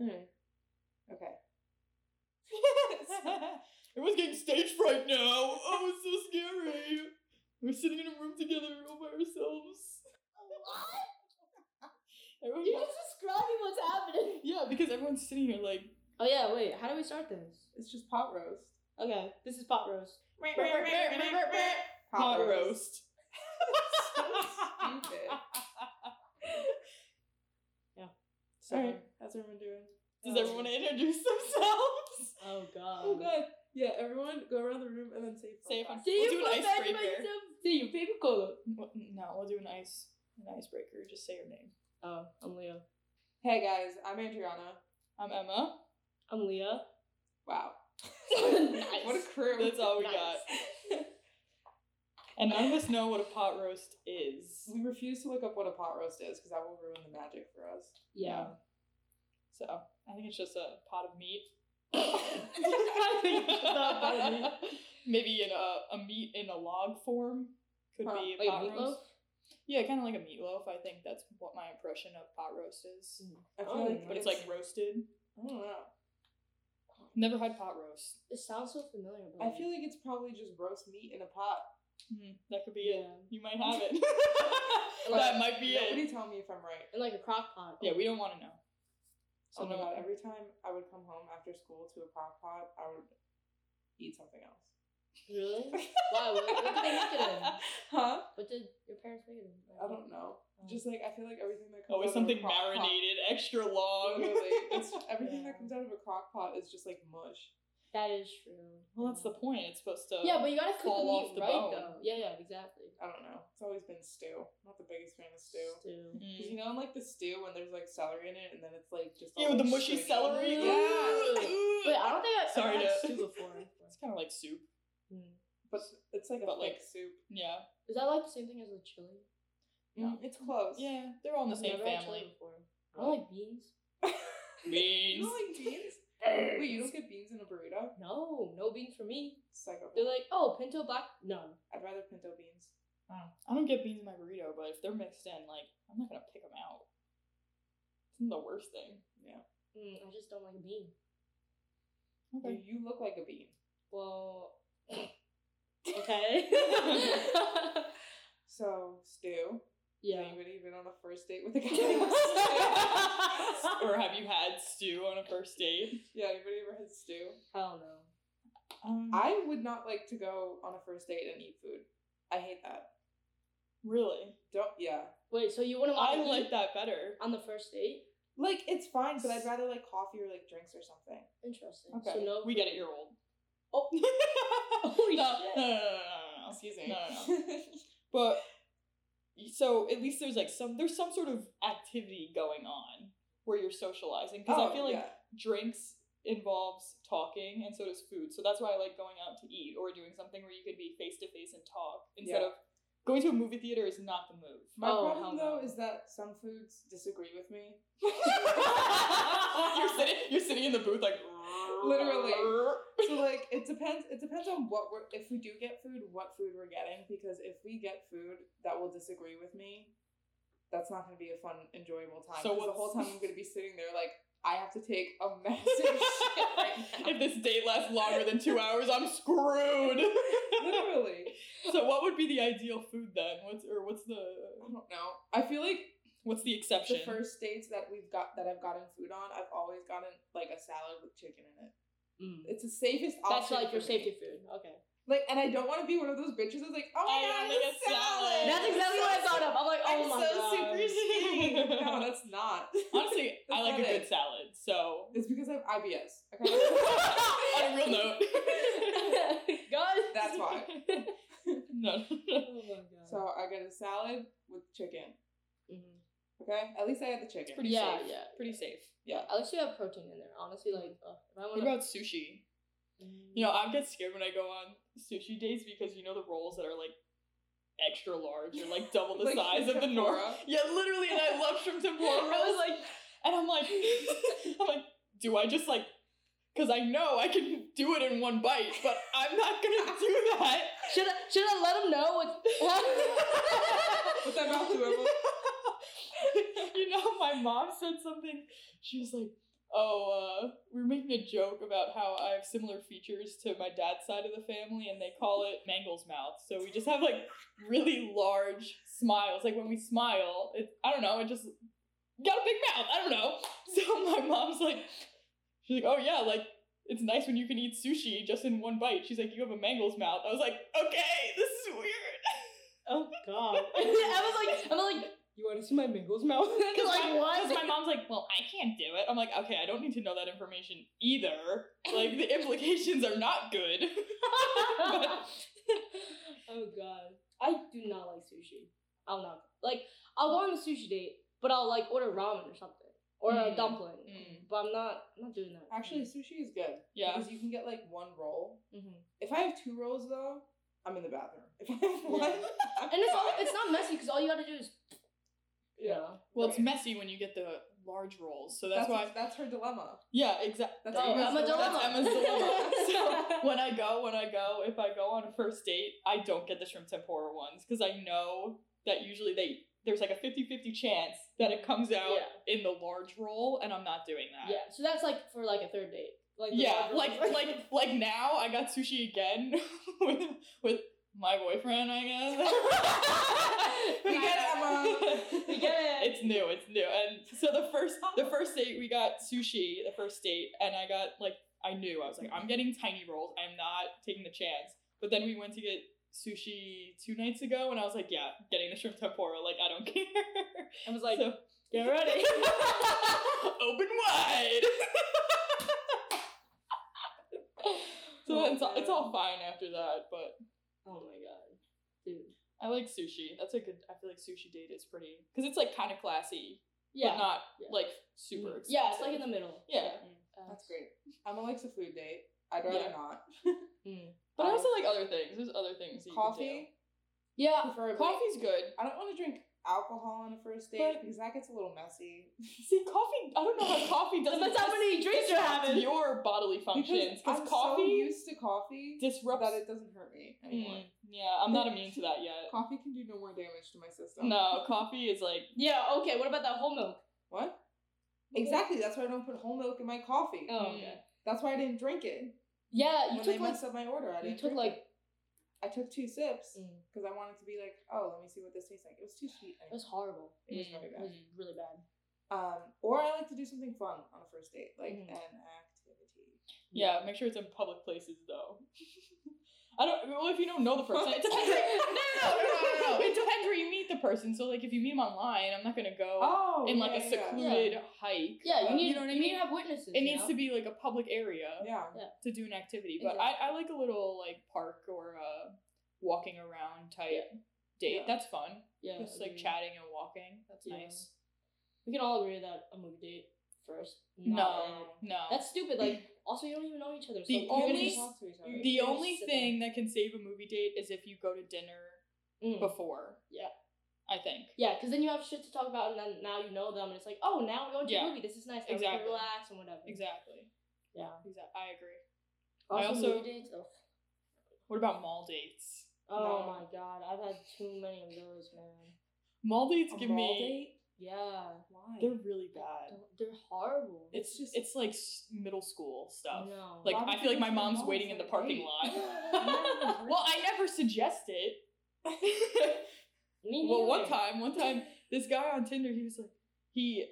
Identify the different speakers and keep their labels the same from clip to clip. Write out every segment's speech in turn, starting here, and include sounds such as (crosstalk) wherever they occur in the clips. Speaker 1: Mm. Okay.
Speaker 2: Everyone's getting stage fright now. Oh, it's so scary. We're sitting in a room together all by ourselves.
Speaker 3: What?
Speaker 2: Everyone's
Speaker 3: You're just describing what's happening.
Speaker 2: yeah, because everyone's sitting here like,
Speaker 3: Oh yeah, wait. How do we start this?
Speaker 1: It's (laughs) just pot roast.
Speaker 3: Okay, this is pot roast.
Speaker 2: pot
Speaker 3: (laughs)
Speaker 2: roast. (laughs)
Speaker 1: Stupid.
Speaker 2: So,
Speaker 1: All right. How's everyone doing?
Speaker 2: Does everyone introduce themselves?
Speaker 3: Oh god.
Speaker 1: Oh god. Yeah, everyone go around the room and then say
Speaker 2: Say fun
Speaker 1: fun fact.
Speaker 3: Do
Speaker 2: We'll
Speaker 3: you
Speaker 2: do an
Speaker 3: prefer
Speaker 2: icebreaker.
Speaker 3: myself? Do you paper cola?
Speaker 2: Well, no, we'll do an ice an icebreaker. Just say your name.
Speaker 3: Oh, I'm Leah.
Speaker 1: Hey guys, I'm Adriana.
Speaker 2: I'm (laughs) Emma.
Speaker 3: I'm Leah. (laughs)
Speaker 1: Wow.
Speaker 3: nice.
Speaker 1: What a crew.
Speaker 2: (laughs) That's all we
Speaker 3: Nice.
Speaker 2: got. and none of us know what a pot roast is.
Speaker 1: we refuse to look up what a pot roast is because that will ruin the magic for us.
Speaker 3: Yeah.
Speaker 2: So I think it's just a pot of meat. (laughs)
Speaker 3: I think it's not bad.
Speaker 2: Maybe in a, a meat in a log form could
Speaker 1: Huh.
Speaker 2: be a
Speaker 3: Wait,
Speaker 2: pot
Speaker 3: meatloaf?
Speaker 2: roast. Yeah, kind of like a meatloaf. I think that's what my impression of pot roast is.
Speaker 1: I feel
Speaker 3: Oh,
Speaker 1: like
Speaker 2: But it's like roasted.
Speaker 1: I don't know.
Speaker 2: Never had pot roast.
Speaker 3: It sounds so familiar, but
Speaker 1: I feel like it's probably just roast meat in a pot.
Speaker 2: Mm, that could be it.
Speaker 3: yeah.
Speaker 2: You might have it. (laughs)
Speaker 1: But
Speaker 2: that might be it.
Speaker 1: Nobody tell me if I'm right.
Speaker 3: And like a crock pot.
Speaker 2: Yeah, we don't want to know. So
Speaker 1: So oh
Speaker 2: no,
Speaker 1: my god, every time I would come home after school to a crock pot, I would eat something else.
Speaker 3: (laughs) Really? Why? What, what did they make it in?
Speaker 1: Huh?
Speaker 3: What did your parents make it in?
Speaker 1: I don't know.
Speaker 3: Oh.
Speaker 1: Just like I feel like everything that comes out
Speaker 2: always
Speaker 1: of
Speaker 2: oh,
Speaker 1: a
Speaker 2: something
Speaker 1: crock pot-
Speaker 2: marinated, extra long. (laughs)
Speaker 1: (laughs) Literally, it's everything that
Speaker 3: Yeah.
Speaker 1: comes out of a crock pot is just like mush.
Speaker 3: That is true.
Speaker 2: Well, that's the point. It's supposed to.
Speaker 3: Yeah, but you gotta cook
Speaker 2: Fall
Speaker 3: the meat
Speaker 2: off the
Speaker 3: right
Speaker 2: bone.
Speaker 3: though. Yeah, yeah, exactly.
Speaker 1: I don't know. It's always been stew. I'm not the biggest fan of stew.
Speaker 3: Stew.
Speaker 2: (laughs)
Speaker 1: Because
Speaker 2: Mm.
Speaker 1: you know, in, like the stew when there's like celery in it, and then it's like just
Speaker 2: Yeah,
Speaker 1: all,
Speaker 2: with the
Speaker 1: like,
Speaker 2: mushy
Speaker 1: stringy.
Speaker 2: celery.
Speaker 1: Yeah,
Speaker 3: Wait, I don't think I've
Speaker 2: Sorry
Speaker 3: ever had
Speaker 2: to-
Speaker 3: stew before.
Speaker 2: It's kind of like soup.
Speaker 3: Mm.
Speaker 1: but it's like a
Speaker 2: But,
Speaker 1: but,
Speaker 2: like,
Speaker 1: like soup.
Speaker 2: Yeah.
Speaker 3: Is that like the same thing as like chili?
Speaker 2: No.
Speaker 1: Mm, It's close.
Speaker 2: Yeah, they're all in the
Speaker 3: I've
Speaker 2: same
Speaker 3: never had chili
Speaker 2: family.
Speaker 3: before. I don't like beans.
Speaker 1: (laughs) you
Speaker 2: Beans.
Speaker 1: don't like beans? Wait, you don't get beans in a burrito?
Speaker 3: No, no beans for me.
Speaker 1: Psycho.
Speaker 3: They're like, oh, pinto black. None.
Speaker 1: I'd rather pinto beans.
Speaker 2: Oh, I don't get beans in my burrito, but if they're mixed in, like I'm not gonna pick them out. It's the worst thing.
Speaker 1: Yeah.
Speaker 3: Mm, I just don't like beans.
Speaker 2: Okay.
Speaker 1: You, you look like a bean.
Speaker 3: Well, okay.
Speaker 1: So stew. Has
Speaker 3: yeah.
Speaker 1: anybody been on a first date with a guy? with
Speaker 2: or have you had stew on a first date? (laughs)
Speaker 1: stew? yeah. Anybody ever had stew?
Speaker 3: Hell no.
Speaker 2: Um,
Speaker 1: I would not like to go on a first date and eat food. I hate that.
Speaker 2: really.
Speaker 1: Don't. Yeah.
Speaker 3: Wait, so you wouldn't
Speaker 2: I
Speaker 3: want to
Speaker 2: like that better.
Speaker 3: on the first date?
Speaker 1: Like it's fine, but I'd rather like coffee or like drinks or something.
Speaker 3: Interesting.
Speaker 1: Okay.
Speaker 3: So no.
Speaker 2: We get it. You're old.
Speaker 3: Oh.
Speaker 2: (laughs) Holy no,
Speaker 3: shit.
Speaker 2: No, no, no, no, no, no.
Speaker 1: Excuse me.
Speaker 2: No, no,
Speaker 1: (laughs)
Speaker 2: But so at least there's like some there's some sort of activity going on where you're socializing because I feel like
Speaker 1: Oh, yeah.
Speaker 2: drinks involves talking and so does food. So that's why I like going out to eat or doing something where you could be face to face and talk instead
Speaker 1: Yeah.
Speaker 2: of going to a movie theater is not the move.
Speaker 1: my
Speaker 3: Oh,
Speaker 1: problem
Speaker 3: hell no.
Speaker 1: though is that some foods disagree with me.
Speaker 2: you're sitting you're sitting in the booth like
Speaker 1: Literally. (laughs) so like it depends it depends on what we're if we do get food what food we're getting because if we get food that will disagree with me that's not going to be a fun enjoyable time
Speaker 2: So
Speaker 1: 'cause the
Speaker 2: what's-
Speaker 1: whole time i'm going to be sitting there like i have to take (laughs) a massive shit right now
Speaker 2: if this date lasts longer than two hours, I'm screwed.
Speaker 1: literally
Speaker 2: so what would be the ideal food then? What's or what's
Speaker 1: i (laughs)
Speaker 2: the
Speaker 1: don't know i feel like
Speaker 2: what's the
Speaker 1: the
Speaker 2: exception?
Speaker 1: first dates that we've got that i've gotten food on i've always gotten like a salad with chicken in it
Speaker 3: Mm.
Speaker 1: it's the safest option
Speaker 3: That's like your
Speaker 1: for me.
Speaker 3: safety food. Okay.
Speaker 1: like and i don't want to be one of those bitches that's like oh my
Speaker 2: I
Speaker 1: god
Speaker 2: only
Speaker 1: it's
Speaker 2: get salad."
Speaker 1: salad
Speaker 3: That's exactly what I thought of. I'm like, oh
Speaker 1: I'm
Speaker 3: my
Speaker 1: so
Speaker 3: god.
Speaker 1: super
Speaker 3: (laughs)
Speaker 1: skinny. (laughs) No, that's not.
Speaker 2: (laughs) Honestly, I
Speaker 1: That's
Speaker 2: like
Speaker 1: not
Speaker 2: a good
Speaker 1: it.
Speaker 2: salad. So
Speaker 1: (laughs) It's because I have IBS.
Speaker 2: (laughs) on a
Speaker 1: Okay.
Speaker 2: real note,
Speaker 3: god.
Speaker 2: (laughs)
Speaker 1: That's why.
Speaker 2: no, no.
Speaker 3: (laughs) oh my god.
Speaker 1: (laughs) so I got a salad with chicken.
Speaker 3: Mhm.
Speaker 1: Okay, at least I had the chicken.
Speaker 2: pretty
Speaker 3: Yeah,
Speaker 2: safe.
Speaker 3: yeah.
Speaker 2: pretty safe.
Speaker 1: yeah.
Speaker 3: At least you have protein in there. Honestly, like, ugh, if I Mm.
Speaker 2: What
Speaker 3: want to.
Speaker 2: about sushi? You know, I get scared when I go on sushi dates because you know the rolls that are like extra large or like double
Speaker 3: (laughs)
Speaker 2: the
Speaker 1: Like
Speaker 2: size of the
Speaker 1: tempura.
Speaker 2: normal. Yeah, literally, and I love shrimp tempura rolls.
Speaker 3: I was like,
Speaker 2: and I'm
Speaker 3: (laughs)
Speaker 2: like, I'm like, do I just like? Because I know I can do it in one bite, but I'm not gonna do that.
Speaker 3: should I, should I let him
Speaker 1: (laughs)
Speaker 3: know what?
Speaker 1: With that
Speaker 2: (laughs)
Speaker 1: mouth to
Speaker 2: you know, my mom said something. She was like, oh, uh, we were making a joke about how I have similar features to my dad's side of the family, and they call it Mangle's mouth. So we just have like really large smiles. Like when we smile, it, I don't know, it just got a big mouth. I don't know. (laughs) So my mom's like, she's like, oh yeah, like it's nice when you can eat sushi just in one bite. She's like, you have a mangle's mouth. I was like, okay, (laughs) this is weird.
Speaker 4: Oh god.
Speaker 3: (laughs) I was like, I was like,
Speaker 4: you want to see my mingles
Speaker 3: (laughs)
Speaker 4: mouth?
Speaker 2: (laughs)
Speaker 3: You're like, what?
Speaker 2: Because my mom's like, well, I can't do it. I'm like, okay, I don't need to know that information either. Like,
Speaker 1: (laughs)
Speaker 2: the implications are not good. (laughs) But-
Speaker 3: (laughs) oh god, I do not like sushi. I'll not like. I'll go on a sushi date, but I'll like order ramen or something or a
Speaker 2: Mm,
Speaker 3: dumpling.
Speaker 2: mm.
Speaker 3: But I'm not. I'm not doing that.
Speaker 1: Actually, sushi is good.
Speaker 2: Yeah.
Speaker 1: Because you can get like one roll.
Speaker 3: hmm
Speaker 1: If I have two rolls though, I'm in the bathroom. If I have one, I'm
Speaker 3: and it's all,
Speaker 1: fine.
Speaker 3: it's not messy because all you gotta do is. You
Speaker 1: Yeah.
Speaker 3: know.
Speaker 2: well, it's
Speaker 1: Right.
Speaker 2: messy when you get the large rolls. So
Speaker 1: That's,
Speaker 2: that's, why.
Speaker 1: that's her dilemma.
Speaker 2: yeah, exactly.
Speaker 1: That's
Speaker 3: Oh,
Speaker 1: Emma's
Speaker 3: I'm a dilemma.
Speaker 2: That's Emma's dilemma.
Speaker 1: (laughs)
Speaker 2: (laughs)
Speaker 3: (laughs)
Speaker 2: So when I go, when I go, if I go on a first date, I don't get the shrimp tempura ones because I know that usually they there's like a 50-50 chance that it comes out in the large roll, and I'm not doing that.
Speaker 3: Yeah. So that's like for like a third date. Like the
Speaker 2: yeah,
Speaker 3: larger
Speaker 2: like
Speaker 3: one.
Speaker 2: like
Speaker 3: (laughs)
Speaker 2: like now I got sushi again (laughs) with with my boyfriend, I
Speaker 3: (laughs)
Speaker 2: (laughs) guess.
Speaker 1: We get it,
Speaker 3: we get it.
Speaker 2: (laughs) It's new, it's new. And so the first the first date we got sushi, the first date, and I got like I knew I was like, I'm getting tiny rolls, I'm not taking the chance. But then we went to get sushi two nights ago and I was like, Yeah, getting the shrimp tempura, like I don't (laughs) care.
Speaker 3: I was like,
Speaker 2: So-
Speaker 3: get ready.
Speaker 2: (laughs) Open wide.
Speaker 3: (laughs)
Speaker 2: so
Speaker 3: Oh,
Speaker 2: it's, all, it's all
Speaker 3: man.
Speaker 2: fine after that, but
Speaker 3: Oh my god, dude.
Speaker 2: I like sushi. That's a good. I feel like sushi date is pretty because it's like kind of classy, but
Speaker 3: Yeah.
Speaker 2: not
Speaker 3: Yeah. Mm.
Speaker 2: like super. Expensive.
Speaker 3: yeah, it's like in the middle.
Speaker 2: Yeah.
Speaker 3: Uh,
Speaker 1: That's great. Emma likes a food date. I'd rather
Speaker 2: Yeah.
Speaker 1: not.
Speaker 2: but I also like other things. There's other things. That you
Speaker 1: Coffee.
Speaker 3: Yeah.
Speaker 2: Can
Speaker 1: Preferably.
Speaker 2: do. Coffee's good. (laughs)
Speaker 1: I don't want to drink alcohol on a first date
Speaker 2: But-
Speaker 1: because that gets a little messy.
Speaker 2: See, coffee. I don't know how coffee does.
Speaker 3: Depends how many drinks you're having.
Speaker 2: Your bodily functions
Speaker 1: because
Speaker 2: Oh,
Speaker 1: I'm
Speaker 2: because
Speaker 1: so
Speaker 2: coffee
Speaker 1: used to coffee
Speaker 2: disrupts.
Speaker 1: that it doesn't hurt me anymore.
Speaker 2: Mm, yeah, I'm not immune to that yet.
Speaker 1: (laughs) Coffee can do no more damage to my system.
Speaker 2: No, coffee is like
Speaker 3: Yeah. Okay. What about that whole milk?
Speaker 1: What? Exactly. That's why I don't put whole milk in my coffee.
Speaker 2: Mm.
Speaker 3: Oh. Okay.
Speaker 1: That's why I didn't drink it.
Speaker 3: Yeah.
Speaker 1: when
Speaker 3: You
Speaker 1: they
Speaker 3: took like
Speaker 1: messed up my order, I
Speaker 3: you
Speaker 1: didn't.
Speaker 3: took,
Speaker 1: drink
Speaker 3: like-
Speaker 1: it. I took two sips
Speaker 3: Mm.
Speaker 1: because I wanted to be like, oh, let me see what this tastes like. It was too sweet.
Speaker 3: it was horrible.
Speaker 1: It was
Speaker 2: Mm.
Speaker 1: very
Speaker 3: It
Speaker 1: bad.
Speaker 3: was really bad.
Speaker 1: Um, or I like to do something fun on a first date, like
Speaker 3: Mhm.
Speaker 1: an activity.
Speaker 2: Yeah, make sure it's in public places though. (laughs) I don't. Well, if you don't know the
Speaker 1: (laughs)
Speaker 2: person, (laughs) it depends. no, no, no, (laughs) no, no. It depends where you meet the person. So, like, if you meet them online, I'm not gonna go
Speaker 1: Oh,
Speaker 2: in like
Speaker 1: yeah,
Speaker 2: a
Speaker 1: yeah, yeah.
Speaker 2: secluded hike.
Speaker 3: Yeah.
Speaker 2: Uh,
Speaker 3: You need.
Speaker 2: know what I
Speaker 3: you
Speaker 2: mean?
Speaker 3: need to have witnesses.
Speaker 2: It needs to be like a public area
Speaker 1: Yeah.
Speaker 2: to do an activity. But I, I like a little like park or uh, walking around type date.
Speaker 1: Yeah.
Speaker 2: That's fun.
Speaker 3: Yeah.
Speaker 2: Just like
Speaker 3: agreed.
Speaker 2: chatting and walking. That's
Speaker 3: Yeah.
Speaker 2: nice.
Speaker 3: We can all agree that a movie date first.
Speaker 2: No, no.
Speaker 3: That's stupid. Like, also, you don't even know each other. So
Speaker 2: The
Speaker 3: you're gonna
Speaker 2: only-
Speaker 3: just-
Speaker 1: talk to each other.
Speaker 3: you-
Speaker 2: the
Speaker 3: you're
Speaker 2: only
Speaker 3: just
Speaker 2: thing
Speaker 3: sitting
Speaker 2: that can save a movie date is if you go to dinner
Speaker 3: Mm.
Speaker 2: before.
Speaker 3: Yeah.
Speaker 2: I think.
Speaker 3: Yeah, because then you have shit to talk about, and then now you know them, and it's like, oh, now we're going to
Speaker 2: Yeah.
Speaker 3: a movie. This is nice. Now
Speaker 2: Exactly.
Speaker 3: We can relax and whatever.
Speaker 2: Exactly.
Speaker 3: Yeah.
Speaker 2: Exactly. I agree. I
Speaker 3: Also,
Speaker 2: also-
Speaker 3: movie dates, ugh.
Speaker 2: What about mall dates?
Speaker 3: Oh
Speaker 1: No.
Speaker 3: my god, I've had too many of those, man.
Speaker 2: Mall dates
Speaker 1: A
Speaker 2: give
Speaker 1: mall
Speaker 2: me.
Speaker 1: date?
Speaker 3: Yeah,
Speaker 1: Why?
Speaker 2: They're really bad.
Speaker 3: Don't- they're horrible.
Speaker 2: It's
Speaker 1: It's
Speaker 2: just
Speaker 1: just-
Speaker 2: it's like s- middle school stuff.
Speaker 3: no.
Speaker 2: Like
Speaker 1: Why would
Speaker 2: I
Speaker 1: you
Speaker 2: feel like my
Speaker 1: go to the
Speaker 2: mom's
Speaker 1: mall
Speaker 2: waiting in
Speaker 1: for
Speaker 2: the
Speaker 1: a
Speaker 2: parking
Speaker 1: date?
Speaker 2: lot.
Speaker 1: (laughs)
Speaker 2: (laughs)
Speaker 1: Yeah, right.
Speaker 2: (laughs) well, I never suggest (laughs) it.
Speaker 3: Me
Speaker 2: well, one
Speaker 3: neither.
Speaker 2: time, one time, this guy on Tinder, he was like, he,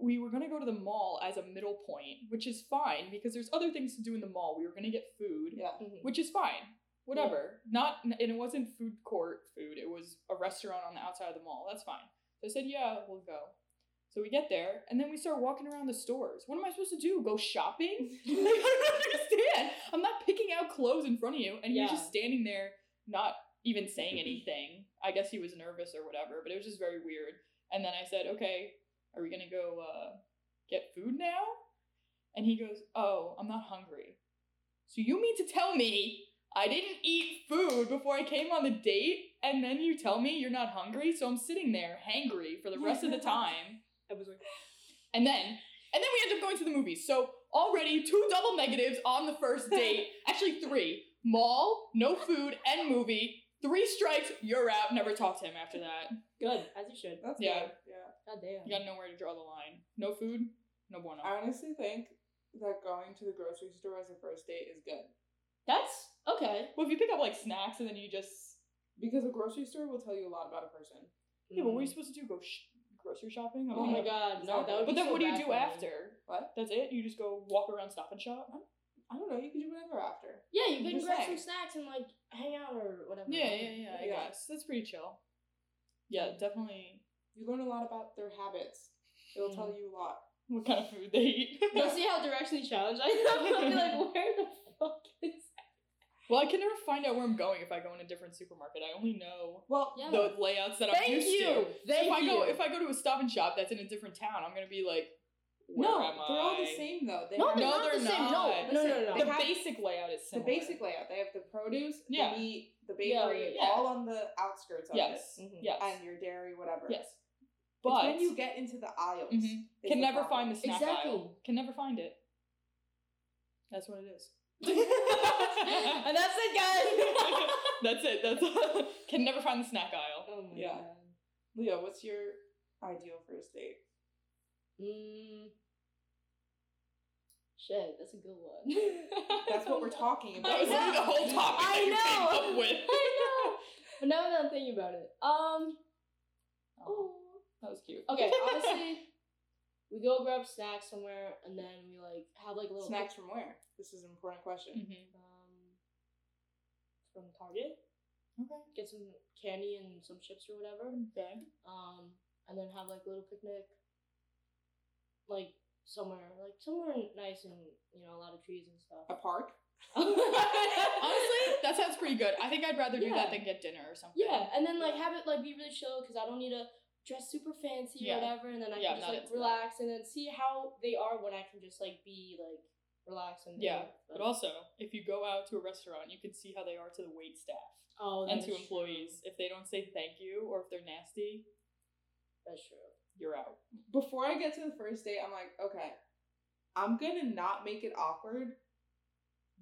Speaker 2: we were gonna go to the mall as a middle point, which is fine because there's other things to do in the mall. We were gonna get food.
Speaker 1: yeah.
Speaker 3: Mhm.
Speaker 2: which is fine. Whatever. Not and it wasn't food court food. It was a restaurant on the outside of the mall. That's fine. So I said, "Yeah, we'll go." So we get there and then we start walking around the stores. What am I supposed to do? Go shopping? (laughs) Like, I don't understand. I'm not picking out clothes in front of you and he's
Speaker 3: Yeah.
Speaker 2: just standing there not even saying anything. I guess he was nervous or whatever, but it was just very weird. And then I said, "Okay, are we going to go uh get food now?" And he goes, "Oh, I'm not hungry." So you mean to tell me I didn't eat food before I came on the date, and then you tell me you're not hungry? So I'm sitting there hangry for the rest of the time,
Speaker 3: I was like,
Speaker 2: and then and then we end up going to the movies. So already two double negatives on the first date. Actually three: mall, no food, and movie. Three strikes, you're out. Never talk to him after that.
Speaker 3: good as you should.
Speaker 1: That's
Speaker 2: Yeah.
Speaker 1: good. Yeah.
Speaker 3: God damn.
Speaker 2: You gotta know where to draw the line. No food, No bueno.
Speaker 1: I honestly think that going to the grocery store as a first date is good
Speaker 3: That's okay.
Speaker 2: Well, if you pick up like snacks and then you just
Speaker 1: because a grocery store will tell you a lot about a person.
Speaker 2: yeah, but what are you supposed to do? Go sh- grocery shopping? I
Speaker 3: Oh
Speaker 2: mean,
Speaker 3: my
Speaker 2: like-
Speaker 3: god, no, that would
Speaker 2: But
Speaker 3: be
Speaker 2: then
Speaker 3: so
Speaker 2: what do you
Speaker 3: bad
Speaker 2: do
Speaker 3: for me.
Speaker 2: after?
Speaker 1: What?
Speaker 2: That's it. You just go walk around Stop and Shop.
Speaker 1: I don't know. You can do whatever after.
Speaker 3: Yeah, you can
Speaker 1: Just
Speaker 3: grab
Speaker 1: saying.
Speaker 3: some snacks and like hang out or whatever.
Speaker 2: Yeah, yeah, yeah. I
Speaker 1: Yeah.
Speaker 2: guess that's pretty chill. Yeah, definitely.
Speaker 1: You learn a lot about their habits. It'll tell you a lot.
Speaker 2: What kind of food they eat? (laughs)
Speaker 3: You'll see how directionally challenged I am. (laughs) I'll be like, where the fuck
Speaker 2: (laughs)
Speaker 3: is?
Speaker 2: well, I can never find out where I'm going if I go in a different supermarket. I only know
Speaker 1: Well,
Speaker 3: Yeah.
Speaker 2: the layouts that I'm
Speaker 3: Thank
Speaker 2: used to.
Speaker 3: you.
Speaker 2: So
Speaker 3: Thank
Speaker 2: if I
Speaker 3: you.
Speaker 2: go (laughs) if I go to a Stop and Shop that's in a different town, I'm gonna be like, where
Speaker 1: no,
Speaker 2: am I?
Speaker 1: they're all the same though. They
Speaker 3: No,
Speaker 1: have
Speaker 3: they're
Speaker 2: No,
Speaker 3: not
Speaker 2: they're
Speaker 3: the same. No,
Speaker 2: not.
Speaker 3: no, no, no.
Speaker 1: They
Speaker 2: The
Speaker 1: have-
Speaker 2: basic layout is
Speaker 1: the
Speaker 2: similar.
Speaker 1: basic layout. They have the produce,
Speaker 2: Yeah.
Speaker 1: the meat, the
Speaker 3: Yeah,
Speaker 1: bakery,
Speaker 2: yeah, yeah.
Speaker 1: all on the outskirts of
Speaker 2: Yes.
Speaker 3: Mhm.
Speaker 2: Yes.
Speaker 1: it, and your dairy, whatever.
Speaker 2: yes.
Speaker 1: It's
Speaker 2: But
Speaker 1: when you get into the aisles,
Speaker 2: Mhm.
Speaker 1: is
Speaker 2: can
Speaker 1: the
Speaker 2: never
Speaker 1: problem.
Speaker 2: find the snack
Speaker 3: Exactly.
Speaker 2: aisle. Can never find it. That's what it is. (laughs)
Speaker 3: and that's it, guys.
Speaker 2: (laughs) That's it. That's can never find the snack aisle.
Speaker 3: oh my
Speaker 1: Yeah.
Speaker 3: god.
Speaker 1: Leo, what's your ideal first date?
Speaker 3: Mm. Shit, that's a good one.
Speaker 1: That's what we're
Speaker 3: (laughs)
Speaker 1: talking about.
Speaker 2: That
Speaker 3: I
Speaker 2: was
Speaker 3: know.
Speaker 2: the whole
Speaker 1: (laughs)
Speaker 2: topic
Speaker 3: I
Speaker 2: you
Speaker 3: know.
Speaker 2: (laughs) came up with.
Speaker 3: (laughs) I know. But now that I'm thinking about it, um,
Speaker 2: Oh, that was cute. (laughs)
Speaker 3: (laughs) okay, honestly, we go grab snacks somewhere, and then we like have like a little
Speaker 1: Snacks from where? This is an important question.
Speaker 2: Mhm.
Speaker 3: um, from Target.
Speaker 2: Okay.
Speaker 3: Get some candy and some chips or whatever.
Speaker 2: Okay.
Speaker 3: Um, and then have like a little picnic, like somewhere, like somewhere nice and you know a lot of trees and
Speaker 2: (laughs)
Speaker 3: stuff. (laughs)
Speaker 1: A park? (laughs)
Speaker 2: Honestly, that sounds pretty good. I think I'd rather do
Speaker 3: Yeah.
Speaker 2: that than get dinner or something.
Speaker 3: Yeah, and then like have it like be really chill because I don't need to dress super fancy
Speaker 2: Yeah.
Speaker 3: or whatever, and then I
Speaker 2: Yeah,
Speaker 3: can
Speaker 2: not
Speaker 3: just like
Speaker 2: into that.
Speaker 3: relax and then see how they are when I can just like be like relaxed and
Speaker 2: Yeah, But also, if you go out to a restaurant, you can see how they are to the wait staff
Speaker 3: oh,
Speaker 2: and
Speaker 3: that
Speaker 2: to
Speaker 3: is
Speaker 2: employees. If they don't say thank you or if they're nasty,
Speaker 3: true. That's true.
Speaker 2: you're out.
Speaker 1: Before I get to the first date, I'm like, okay, I'm gonna not make it awkward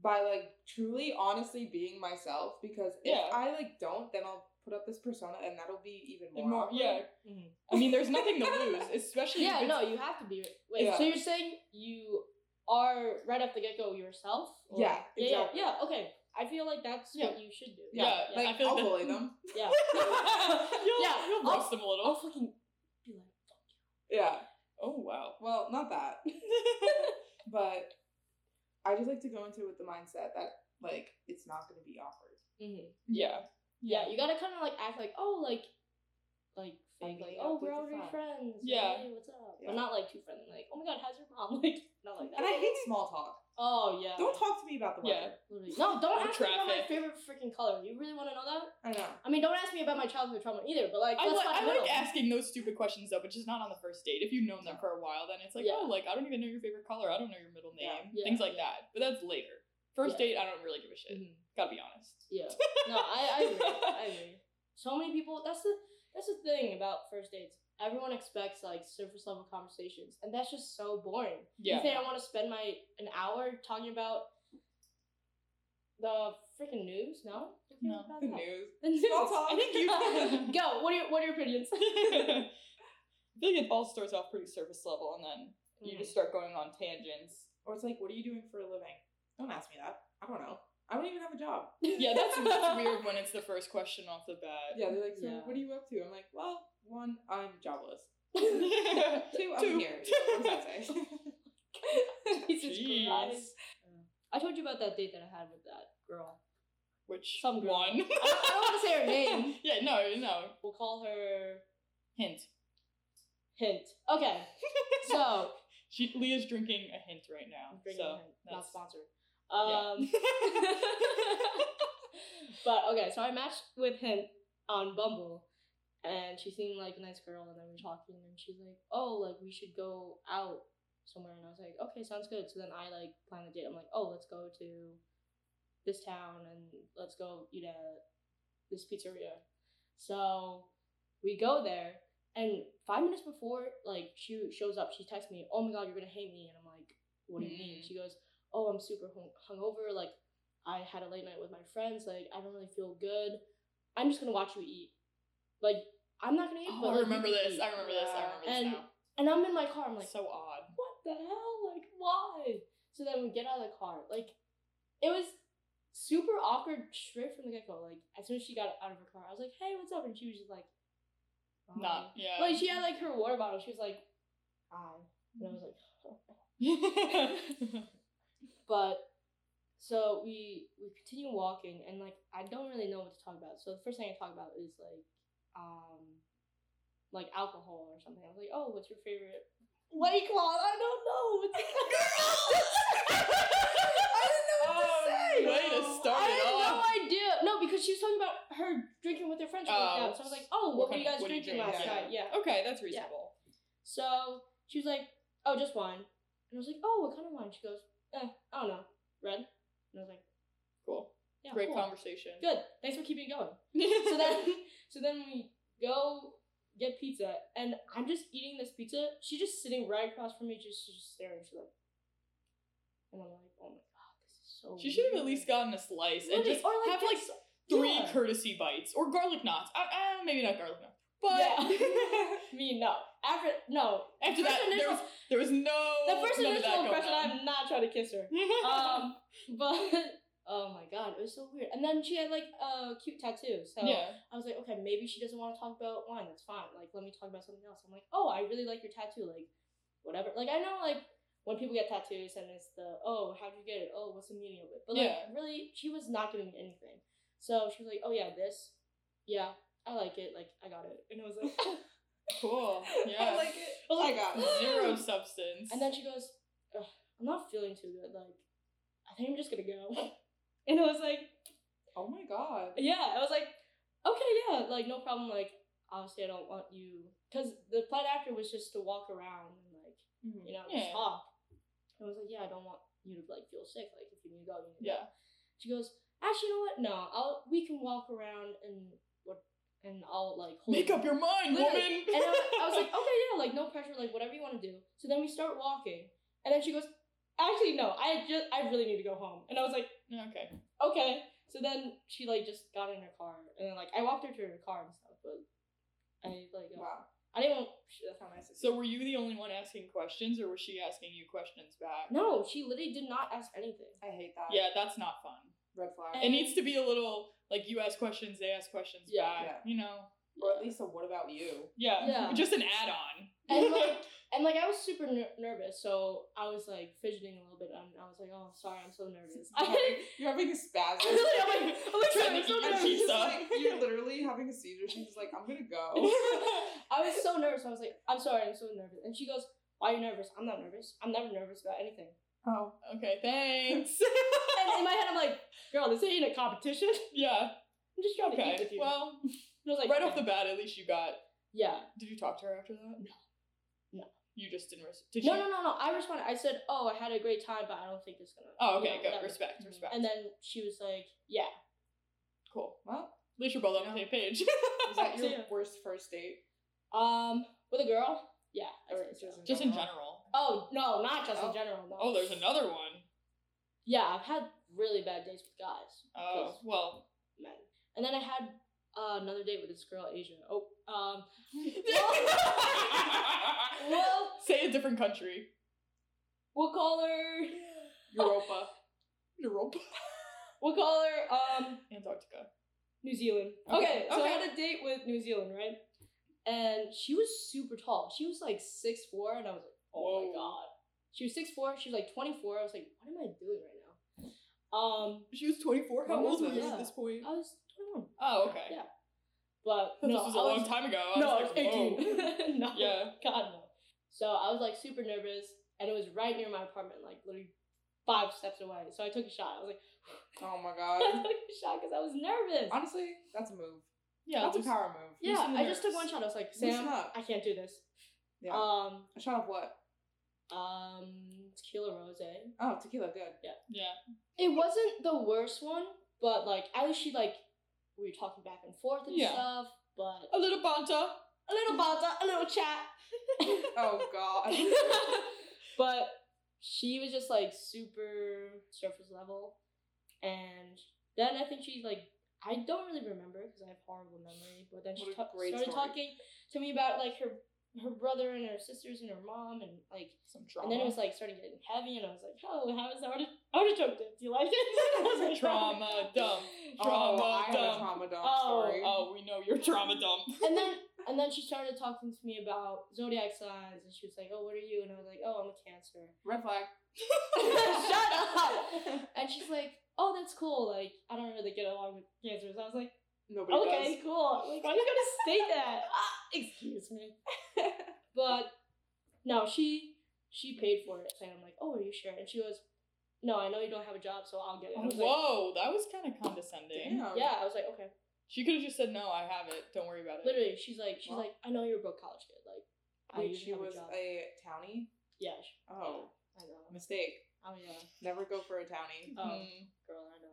Speaker 1: by like truly honestly being myself because if
Speaker 2: Yeah.
Speaker 1: I like don't, then I'll put up this persona and that'll be even more,
Speaker 2: And more,
Speaker 1: awkward.
Speaker 2: yeah.
Speaker 1: Mm-hmm.
Speaker 3: Mhm.
Speaker 2: I mean, there's nothing to
Speaker 3: (laughs)
Speaker 2: lose, especially
Speaker 3: Yeah,
Speaker 2: if it's
Speaker 3: no, you have to be. Wait,
Speaker 1: Yeah.
Speaker 3: so you're saying you are right off the get go yourself? or-
Speaker 1: Yeah,
Speaker 3: yeah,
Speaker 1: exactly.
Speaker 3: yeah, yeah, Okay, I feel like that's what you should do.
Speaker 1: Yeah,
Speaker 2: Yeah,
Speaker 1: like
Speaker 2: I feel
Speaker 1: I'll
Speaker 2: like that-
Speaker 1: bully
Speaker 2: (laughs)
Speaker 1: them.
Speaker 3: yeah.
Speaker 2: (laughs)
Speaker 3: (laughs)
Speaker 2: you'll,
Speaker 3: Yeah,
Speaker 2: you'll
Speaker 3: I'll-
Speaker 2: roast them a little.
Speaker 3: I'll fucking be like,
Speaker 1: Yeah.
Speaker 2: oh wow.
Speaker 1: Well, not that. (laughs) but I just like to go into it with the mindset that like it's not gonna be awkward.
Speaker 3: mm-hmm.
Speaker 2: Yeah.
Speaker 3: Yeah, you gotta kind of like act like, oh, like, like
Speaker 1: I'm
Speaker 3: fake, like,
Speaker 1: meeting
Speaker 3: oh,
Speaker 1: up
Speaker 3: we're
Speaker 1: with
Speaker 3: already
Speaker 1: your
Speaker 3: friends.
Speaker 2: Yeah.
Speaker 3: Hey, what's up?
Speaker 1: Yeah.
Speaker 3: But not like too friendly. Like, oh my god, how's your mom? (laughs) Like, not like that.
Speaker 1: And I hate small talk.
Speaker 3: Oh yeah.
Speaker 1: Don't talk to me about the
Speaker 2: Yeah.
Speaker 1: weather.
Speaker 3: Literally. No, don't
Speaker 2: Or
Speaker 3: ask me about my
Speaker 2: traffic.
Speaker 3: favorite freaking color. You really want to know that?
Speaker 1: I know.
Speaker 3: I mean, don't ask me about my childhood trauma either. But like,
Speaker 2: I,
Speaker 3: let's
Speaker 2: like, I
Speaker 3: find out.
Speaker 2: like asking those stupid questions though, but just not on the first date. If you've known them for a while, then it's like,
Speaker 3: Yeah.
Speaker 2: oh, like I don't even know your favorite color. I don't know your middle name.
Speaker 1: Yeah.
Speaker 3: Yeah.
Speaker 2: Things like
Speaker 3: Yeah.
Speaker 2: that. But that's later. First
Speaker 3: Yeah.
Speaker 2: date, I don't really give a shit.
Speaker 3: Mhm.
Speaker 2: Gotta be honest.
Speaker 3: Yeah. No, I, I agree. I agree. So many people. That's the that's the thing about first dates. Everyone expects like surface level conversations, and that's just so boring.
Speaker 2: Yeah.
Speaker 3: You think I want to spend my an hour talking about the freaking news? No.
Speaker 2: No.
Speaker 3: About
Speaker 1: The
Speaker 3: that.
Speaker 1: news.
Speaker 3: (laughs) The news.
Speaker 1: Small talk.
Speaker 3: (laughs)
Speaker 2: I think
Speaker 1: (laughs)
Speaker 2: you- (laughs)
Speaker 3: go. What are your, what are your opinions?
Speaker 2: (laughs) I feel like it all starts off pretty surface level, and then you
Speaker 3: Mhm.
Speaker 2: just start going on tangents.
Speaker 1: Or it's like, what are you doing for a living? Don't ask me that. I don't know. I don't even have a job.
Speaker 2: (laughs) Yeah, that's,
Speaker 3: (laughs)
Speaker 2: that's weird when it's the first question off the bat.
Speaker 1: Yeah, they're like, so
Speaker 3: Yeah.
Speaker 1: what are you up to? I'm like, well, one, I'm jobless.
Speaker 2: Yeah.
Speaker 1: Two, I'm
Speaker 2: Two.
Speaker 1: here. What does that (laughs) say?
Speaker 3: Jesus
Speaker 2: Jeez.
Speaker 3: Christ. I told you about that date that I had with that girl.
Speaker 2: (laughs) Which
Speaker 3: Some girl.
Speaker 2: one?
Speaker 3: I don't want to
Speaker 2: (laughs)
Speaker 3: say her name.
Speaker 2: yeah, no, no.
Speaker 3: We'll call her
Speaker 2: Hint.
Speaker 3: Hint. Okay. So
Speaker 2: (laughs) She Leah's drinking a hint right now.
Speaker 3: I'm bringing
Speaker 2: so
Speaker 3: her not
Speaker 2: that's-
Speaker 3: sponsored.
Speaker 2: Yeah.
Speaker 3: Um, (laughs) but okay, so I matched with him on Bumble, and she seemed like a nice girl, and then we were talking, and she's like, "Oh, like we should go out somewhere," and I was like, "Okay, sounds good." So then I like plan the date. I'm like, "Oh, let's go to this town, and let's go eat at this pizzeria." So we go there, and five minutes before like she shows up, she texts me, "Oh my god, you're gonna hate me," and I'm like, "What do you mean?"
Speaker 2: Mm.
Speaker 3: She goes, "Oh, I'm super hung- hungover. Like I had a late night with my friends. Like I don't really feel good. I'm just gonna watch you eat. Like I'm not gonna eat.
Speaker 2: Oh,
Speaker 3: but,
Speaker 2: (laughs)
Speaker 3: like,
Speaker 2: I
Speaker 3: you
Speaker 2: remember
Speaker 3: can
Speaker 2: this.
Speaker 3: eat."
Speaker 2: I remember this. I remember
Speaker 3: And
Speaker 2: this now.
Speaker 3: and I'm in my car. I'm like,
Speaker 2: so odd.
Speaker 3: what the hell? Like, why? So then we get out of the car. Like, it was super awkward straight from the get go. Like, as soon as she got out of her car, I was like, hey, what's up? And she was just like, "Hi."
Speaker 2: Not yeah.
Speaker 3: Like, she
Speaker 2: (laughs)
Speaker 3: had like her water bottle. She was like, hi. And I was like, (laughs) but so we we continue walking and like I don't really know what to talk about. So the first thing I talk about is like um like alcohol or something. I was like, oh, what's your favorite white claw? I don't know. (laughs) It's I didn't know what
Speaker 1: Oh,
Speaker 3: to say.
Speaker 2: Um,
Speaker 1: no.
Speaker 2: Way to start
Speaker 3: I
Speaker 2: it
Speaker 3: had no
Speaker 2: off.
Speaker 3: idea. No, because she was talking about her drinking with her friends or
Speaker 2: Oh.
Speaker 3: something like that. So I was like, oh, what,
Speaker 2: What
Speaker 3: were you
Speaker 2: kind of-
Speaker 3: guys
Speaker 2: what do you
Speaker 3: drinking
Speaker 2: drink?
Speaker 3: last
Speaker 1: Yeah.
Speaker 3: night? Yeah.
Speaker 2: Okay, that's reasonable.
Speaker 3: So she was like, "Oh, just wine," and I was like, "Oh, what kind of wine?" She goes, eh, "I don't know, red." And I was like,
Speaker 2: Cool.
Speaker 3: "Yeah,
Speaker 2: Great
Speaker 3: cool.
Speaker 2: conversation. (laughs)
Speaker 3: Good. Thanks for keeping it going." so then, (laughs) so then we go get pizza, and I'm just eating this pizza. She's just sitting right across from me, just she's just staring. She's like, and I'm like, "Oh my god, this is so."
Speaker 2: she should have at
Speaker 3: weird."
Speaker 2: least gotten a slice and
Speaker 3: Really?
Speaker 2: just
Speaker 3: Or, like,
Speaker 2: have
Speaker 3: get
Speaker 2: like
Speaker 3: some-
Speaker 2: three
Speaker 3: yeah.
Speaker 2: courtesy bites or garlic knots. Uh, uh, maybe not garlic knots, but (laughs)
Speaker 3: Yeah. me no. After no.
Speaker 2: after that
Speaker 3: First
Speaker 2: there
Speaker 3: initial-
Speaker 2: was there was no
Speaker 3: the first
Speaker 2: none of that
Speaker 3: initial
Speaker 2: going
Speaker 3: impression,
Speaker 2: on.
Speaker 3: I'm not trying to kiss
Speaker 2: (laughs)
Speaker 3: her. (laughs) um, but oh my god, it was so weird. And then she had like a cute tattoo, so
Speaker 2: yeah.
Speaker 3: I was like, okay, maybe she doesn't want to talk about wine. That's fine. Like, let me talk about something else. I'm like, oh, I really like your tattoo. Like, whatever. Like, I know like when people get tattoos and it's the oh, how'd you get it? Oh, what's the meaning of it? But like,
Speaker 2: Yeah.
Speaker 3: really, she was not giving me anything. So she was like, oh yeah, this, yeah, I like it. Like, I got it, and it was like, (laughs)
Speaker 2: Cool. Yeah.
Speaker 1: I like it. I got it.
Speaker 2: (laughs) Zero substance.
Speaker 3: And then she goes, "Ugh, I'm not feeling too good. Like, I think I'm just gonna go. (laughs) And I was like,
Speaker 1: Oh my god.
Speaker 3: yeah. I was like, okay, yeah, like no problem. Like, obviously, I don't want you because the plan after was just to walk around and like
Speaker 1: Mm-hmm.
Speaker 3: you know
Speaker 2: Yeah.
Speaker 3: talk. And I was like, yeah, I don't want you to like feel sick. Like, if you need to go, you need to go."
Speaker 2: yeah.
Speaker 3: She goes, actually, you know what? No, I'll we can walk around and what and I'll like hold
Speaker 2: Make
Speaker 3: you."
Speaker 2: up your mind,
Speaker 3: Literally.
Speaker 2: woman. (laughs)
Speaker 3: And I, I was like, okay, yeah, like no pressure, like whatever you want to do. So then we start walking, and then she goes, actually, no, I just, I really need to go home. And I was like,
Speaker 2: okay.
Speaker 3: okay. So then she like just got in her car, and then like I walked her to her car and stuff, but I like uh,
Speaker 1: Wow.
Speaker 3: I didn't. Want, she-
Speaker 1: That's
Speaker 3: that's not-
Speaker 1: how nice it is.
Speaker 2: So were you the only one asking questions, or was she asking you questions back?
Speaker 3: no, she literally did not ask anything.
Speaker 1: I hate that.
Speaker 2: Yeah, that's not fun.
Speaker 1: Red flag.
Speaker 2: It needs to be a little like you ask questions, they ask questions
Speaker 3: Yeah,
Speaker 2: back.
Speaker 1: yeah.
Speaker 2: You know.
Speaker 1: or at least a what about (laughs) you?
Speaker 2: Yeah.
Speaker 3: Yeah.
Speaker 2: Just an add-on.
Speaker 3: And like,
Speaker 2: (laughs)
Speaker 3: and like I was super ner- nervous, so I was like fidgeting a little bit, and I was like, oh, sorry, (laughs) I'm
Speaker 2: (laughs)
Speaker 3: so nervous. I didn't.
Speaker 1: You're having a (laughs) spasm.
Speaker 3: Literally, I'm like, I'm like,
Speaker 2: Trying to
Speaker 3: sorry, I'm
Speaker 2: eat
Speaker 3: so
Speaker 2: your
Speaker 3: nervous.
Speaker 1: She's just
Speaker 2: pizza.
Speaker 1: like, you're literally having a seizure. She's just like, I'm gonna (laughs) go.
Speaker 3: (laughs) I was so nervous. I was like, I'm sorry, I'm so nervous. And she goes, Why are you nervous? I'm not nervous. I'm never nervous about anything.
Speaker 1: Oh.
Speaker 2: okay.
Speaker 3: (laughs)
Speaker 2: Thanks.
Speaker 3: And in my head, I'm like, Girl, this ain't a competition.
Speaker 2: (laughs)
Speaker 3: (laughs)
Speaker 2: yeah.
Speaker 3: I'm just trying to eat
Speaker 2: Okay.
Speaker 3: with you.
Speaker 2: Well,
Speaker 3: and I was like,
Speaker 2: right off
Speaker 3: "Okay."
Speaker 2: the bat, at least you got.
Speaker 3: Yeah.
Speaker 2: Did you talk to her after that?
Speaker 3: No. No.
Speaker 2: You just didn't. Res- did
Speaker 3: No,
Speaker 2: you?
Speaker 3: no, no, no. I responded. I said, Oh, I had a great time, but I don't think it's gonna.
Speaker 2: Oh,
Speaker 3: you
Speaker 2: okay.
Speaker 3: know,
Speaker 2: good.
Speaker 3: whatever."
Speaker 2: Respect. Respect.
Speaker 3: And then she was like, Yeah.
Speaker 2: cool.
Speaker 1: Well,
Speaker 2: At least you're both on the
Speaker 1: You
Speaker 2: same
Speaker 3: (laughs)
Speaker 2: page.
Speaker 1: is that your
Speaker 3: Yeah.
Speaker 1: worst first date?
Speaker 3: Um, with a girl? Yeah. I'd
Speaker 1: Or
Speaker 3: say so.
Speaker 1: just in
Speaker 2: just in general.
Speaker 3: Oh, no, not just
Speaker 1: Oh.
Speaker 3: in general. No.
Speaker 2: Oh, there's another one.
Speaker 3: Yeah, I've had really bad dates with guys.
Speaker 2: Oh, well.
Speaker 3: men. And then I had uh, another date with this girl, Asia. Oh,
Speaker 2: (laughs)
Speaker 3: um,
Speaker 1: (laughs)
Speaker 3: well,
Speaker 2: Say a different country.
Speaker 3: we'll call her,
Speaker 1: Europa.
Speaker 2: Europe.
Speaker 3: we'll call her um
Speaker 2: Antarctica.
Speaker 3: New Zealand.
Speaker 2: Okay,
Speaker 3: Okay, so I
Speaker 2: okay.
Speaker 3: had a date with New Zealand, right? And she was super tall. She was like six four, and I was like, oh
Speaker 2: Whoa.
Speaker 3: my god. She was six four. She was like twenty four. I was like, what am I doing right now? Um,
Speaker 2: She was 24.
Speaker 1: When
Speaker 2: How
Speaker 1: was
Speaker 2: old were you
Speaker 3: this?
Speaker 2: at this point?
Speaker 3: I was twenty one,
Speaker 2: Oh, okay.
Speaker 3: Yeah. but
Speaker 2: This
Speaker 3: no,
Speaker 2: was a
Speaker 3: I
Speaker 2: long
Speaker 3: was,
Speaker 2: time ago. I
Speaker 3: No, I
Speaker 2: was
Speaker 3: was
Speaker 2: like, whoa.
Speaker 3: (laughs) eighteen. no,
Speaker 2: Yeah.
Speaker 3: God no. So I was like super nervous, and it was right near my apartment, like literally five steps away. So I took a shot. I was like, (laughs)
Speaker 1: Oh my
Speaker 3: I
Speaker 1: god.
Speaker 3: took a shot because I was nervous.
Speaker 1: Honestly, that's a move.
Speaker 2: Yeah.
Speaker 1: that's
Speaker 2: just-
Speaker 1: a power move.
Speaker 3: yeah,
Speaker 2: loosen
Speaker 3: I just took
Speaker 2: nerves.
Speaker 3: one shot. I was like,
Speaker 1: Loosen
Speaker 3: Sam,
Speaker 1: up.
Speaker 3: I can't do this.
Speaker 1: Yeah.
Speaker 3: Um,
Speaker 1: a shot of what?
Speaker 3: um, tequila rose. It
Speaker 1: Oh, tequila.
Speaker 3: (laughs)
Speaker 1: Good.
Speaker 2: Yeah.
Speaker 3: wasn't the worst one, but like at least she like we were talking back and forth and
Speaker 2: Yeah.
Speaker 3: stuff. But
Speaker 2: A little banter.
Speaker 3: a little bata, a little chat.
Speaker 1: (laughs) Oh god.
Speaker 3: (laughs) but she was just like super surface level, and then I think she like I don't really remember because I have horrible memory. But then she
Speaker 1: What a
Speaker 3: ta-
Speaker 1: great
Speaker 3: started
Speaker 1: story.
Speaker 3: talking to me about like her her brother and her sisters and her mom and like
Speaker 2: Some
Speaker 3: and
Speaker 2: trauma.
Speaker 3: then it was like started getting heavy and I was like, Oh, how is that arti- artichoke dip? Do (laughs) you like it? I was
Speaker 2: (laughs)
Speaker 3: like,
Speaker 2: trauma dump. Trauma
Speaker 1: (laughs) oh, I have a
Speaker 2: dump.
Speaker 1: trauma dump
Speaker 3: Oh,
Speaker 1: story.
Speaker 2: Oh, we know your trauma dump.
Speaker 3: and then and then she started talking to me about zodiac signs and she was like, Oh, what are you? And I was like, Oh, I'm a cancer.
Speaker 1: Red flag.
Speaker 3: (laughs) Shut up. And she's like, Oh, that's cool. Like, I don't really get along with cancers. I was like,
Speaker 1: (laughs) Nobody
Speaker 3: Okay, cool. Like, why you gotta state
Speaker 2: (laughs)
Speaker 3: that? Ah, excuse me. (laughs) But no, she she paid for it, and I'm like, oh, are you sure? And she goes, no, I know you don't have a job, so I'll get it. (laughs) I was like,
Speaker 2: Whoa, that was kind of condescending.
Speaker 1: does. Damn.
Speaker 3: yeah. I was like, okay.
Speaker 2: She could have just said, no, I have it. Don't worry about it.
Speaker 3: Literally, she's like, she's
Speaker 1: Wow.
Speaker 3: like, I know you're a broke college kid. Like, I
Speaker 1: Wait,
Speaker 3: didn't
Speaker 1: she
Speaker 3: have a
Speaker 1: was
Speaker 3: job.
Speaker 1: a townie?
Speaker 3: yeah. She,
Speaker 1: Oh,
Speaker 3: I know.
Speaker 1: mistake.
Speaker 3: Oh yeah,
Speaker 1: Never go for a townie.
Speaker 3: Oh.
Speaker 2: Mhm.
Speaker 3: girl, I know.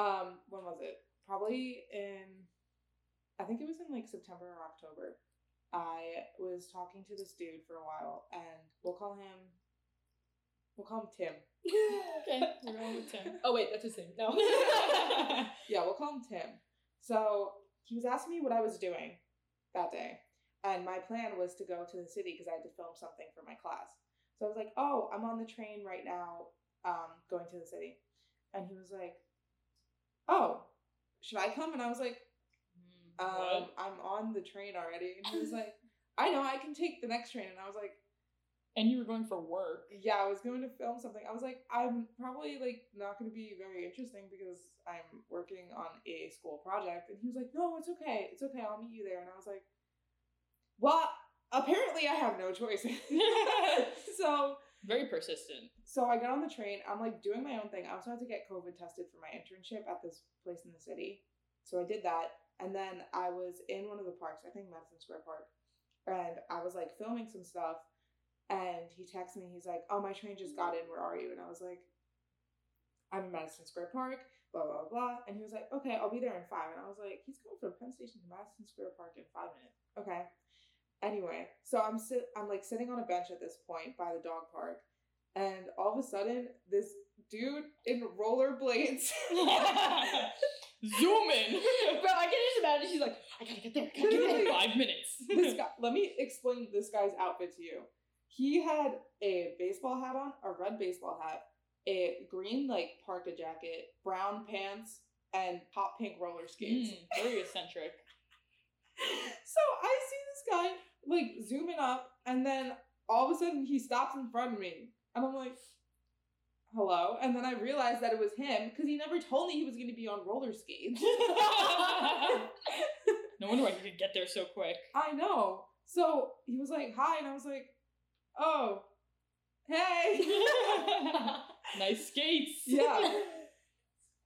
Speaker 1: Um, when was it? Probably in, I think it was in like September or October. I was talking to this dude for a while, and we'll call him, we'll call him Tim.
Speaker 2: Okay, we're going with (laughs) Tim.
Speaker 3: Oh wait, that's his name. (laughs) No.
Speaker 1: Yeah, we'll call him Tim. So he was asking me what I was doing that day. And my plan was to go to the city because I had to film something for my class. So I was like, oh, I'm on the train right now um, going to the city. And he was like, oh, should I come? And I was like, um,
Speaker 2: Mm, What?
Speaker 1: I'm on the train already. And he was like, (laughs) I know, I can take the next train. And I was like,
Speaker 2: and you were going for work.
Speaker 1: yeah, I was going to film something. I was like, I'm probably like not going to be very interesting because I'm working on a school project. And he was like, No, it's okay, it's okay. I'll meet you there. And I was like, Well, apparently I have no choice. (laughs) so,
Speaker 2: Very persistent.
Speaker 1: so I got on the train. I'm like doing my own thing. I also had to get COVID tested for my internship at this place in the city. So I did that. And then I was in one of the parks, I think Madison Square Park. And I was like filming some stuff. And he texts me, he's like, Oh, my train just got in. Where are you? And I was like, I'm in Madison Square Park, blah, blah, blah. And he was like, Okay, I'll be there in five. And I was like, He's going from Penn Station to Madison Square Park in five minutes. Okay. Anyway, so I'm sit I'm like sitting on a bench at this point by the dog park and all of a sudden this dude in rollerblades (laughs)
Speaker 2: Zoom in.
Speaker 3: Bro, I can just imagine. She's like, I gotta get there. I gotta get
Speaker 1: Literally.
Speaker 3: there.
Speaker 1: (laughs)
Speaker 3: (laughs)
Speaker 2: Five minutes. (laughs)
Speaker 1: this guy let me explain this guy's outfit to you he had a baseball hat on a red baseball hat a green like parka jacket brown pants and pop pink roller skates
Speaker 2: Mm, very
Speaker 1: (laughs)
Speaker 2: eccentric.
Speaker 1: so i see this guy like zooming up and then all of a sudden he stops in front of me and i'm like hello and then i realized that it was him because he never told me he was going to be on roller skates (laughs)
Speaker 2: No wonder why you could get there so
Speaker 1: (laughs)
Speaker 2: quick.
Speaker 1: I know. So he was like, hi, and I was like, oh,
Speaker 2: (laughs)
Speaker 1: hey. (laughs)
Speaker 2: nice skates. (laughs)
Speaker 1: yeah.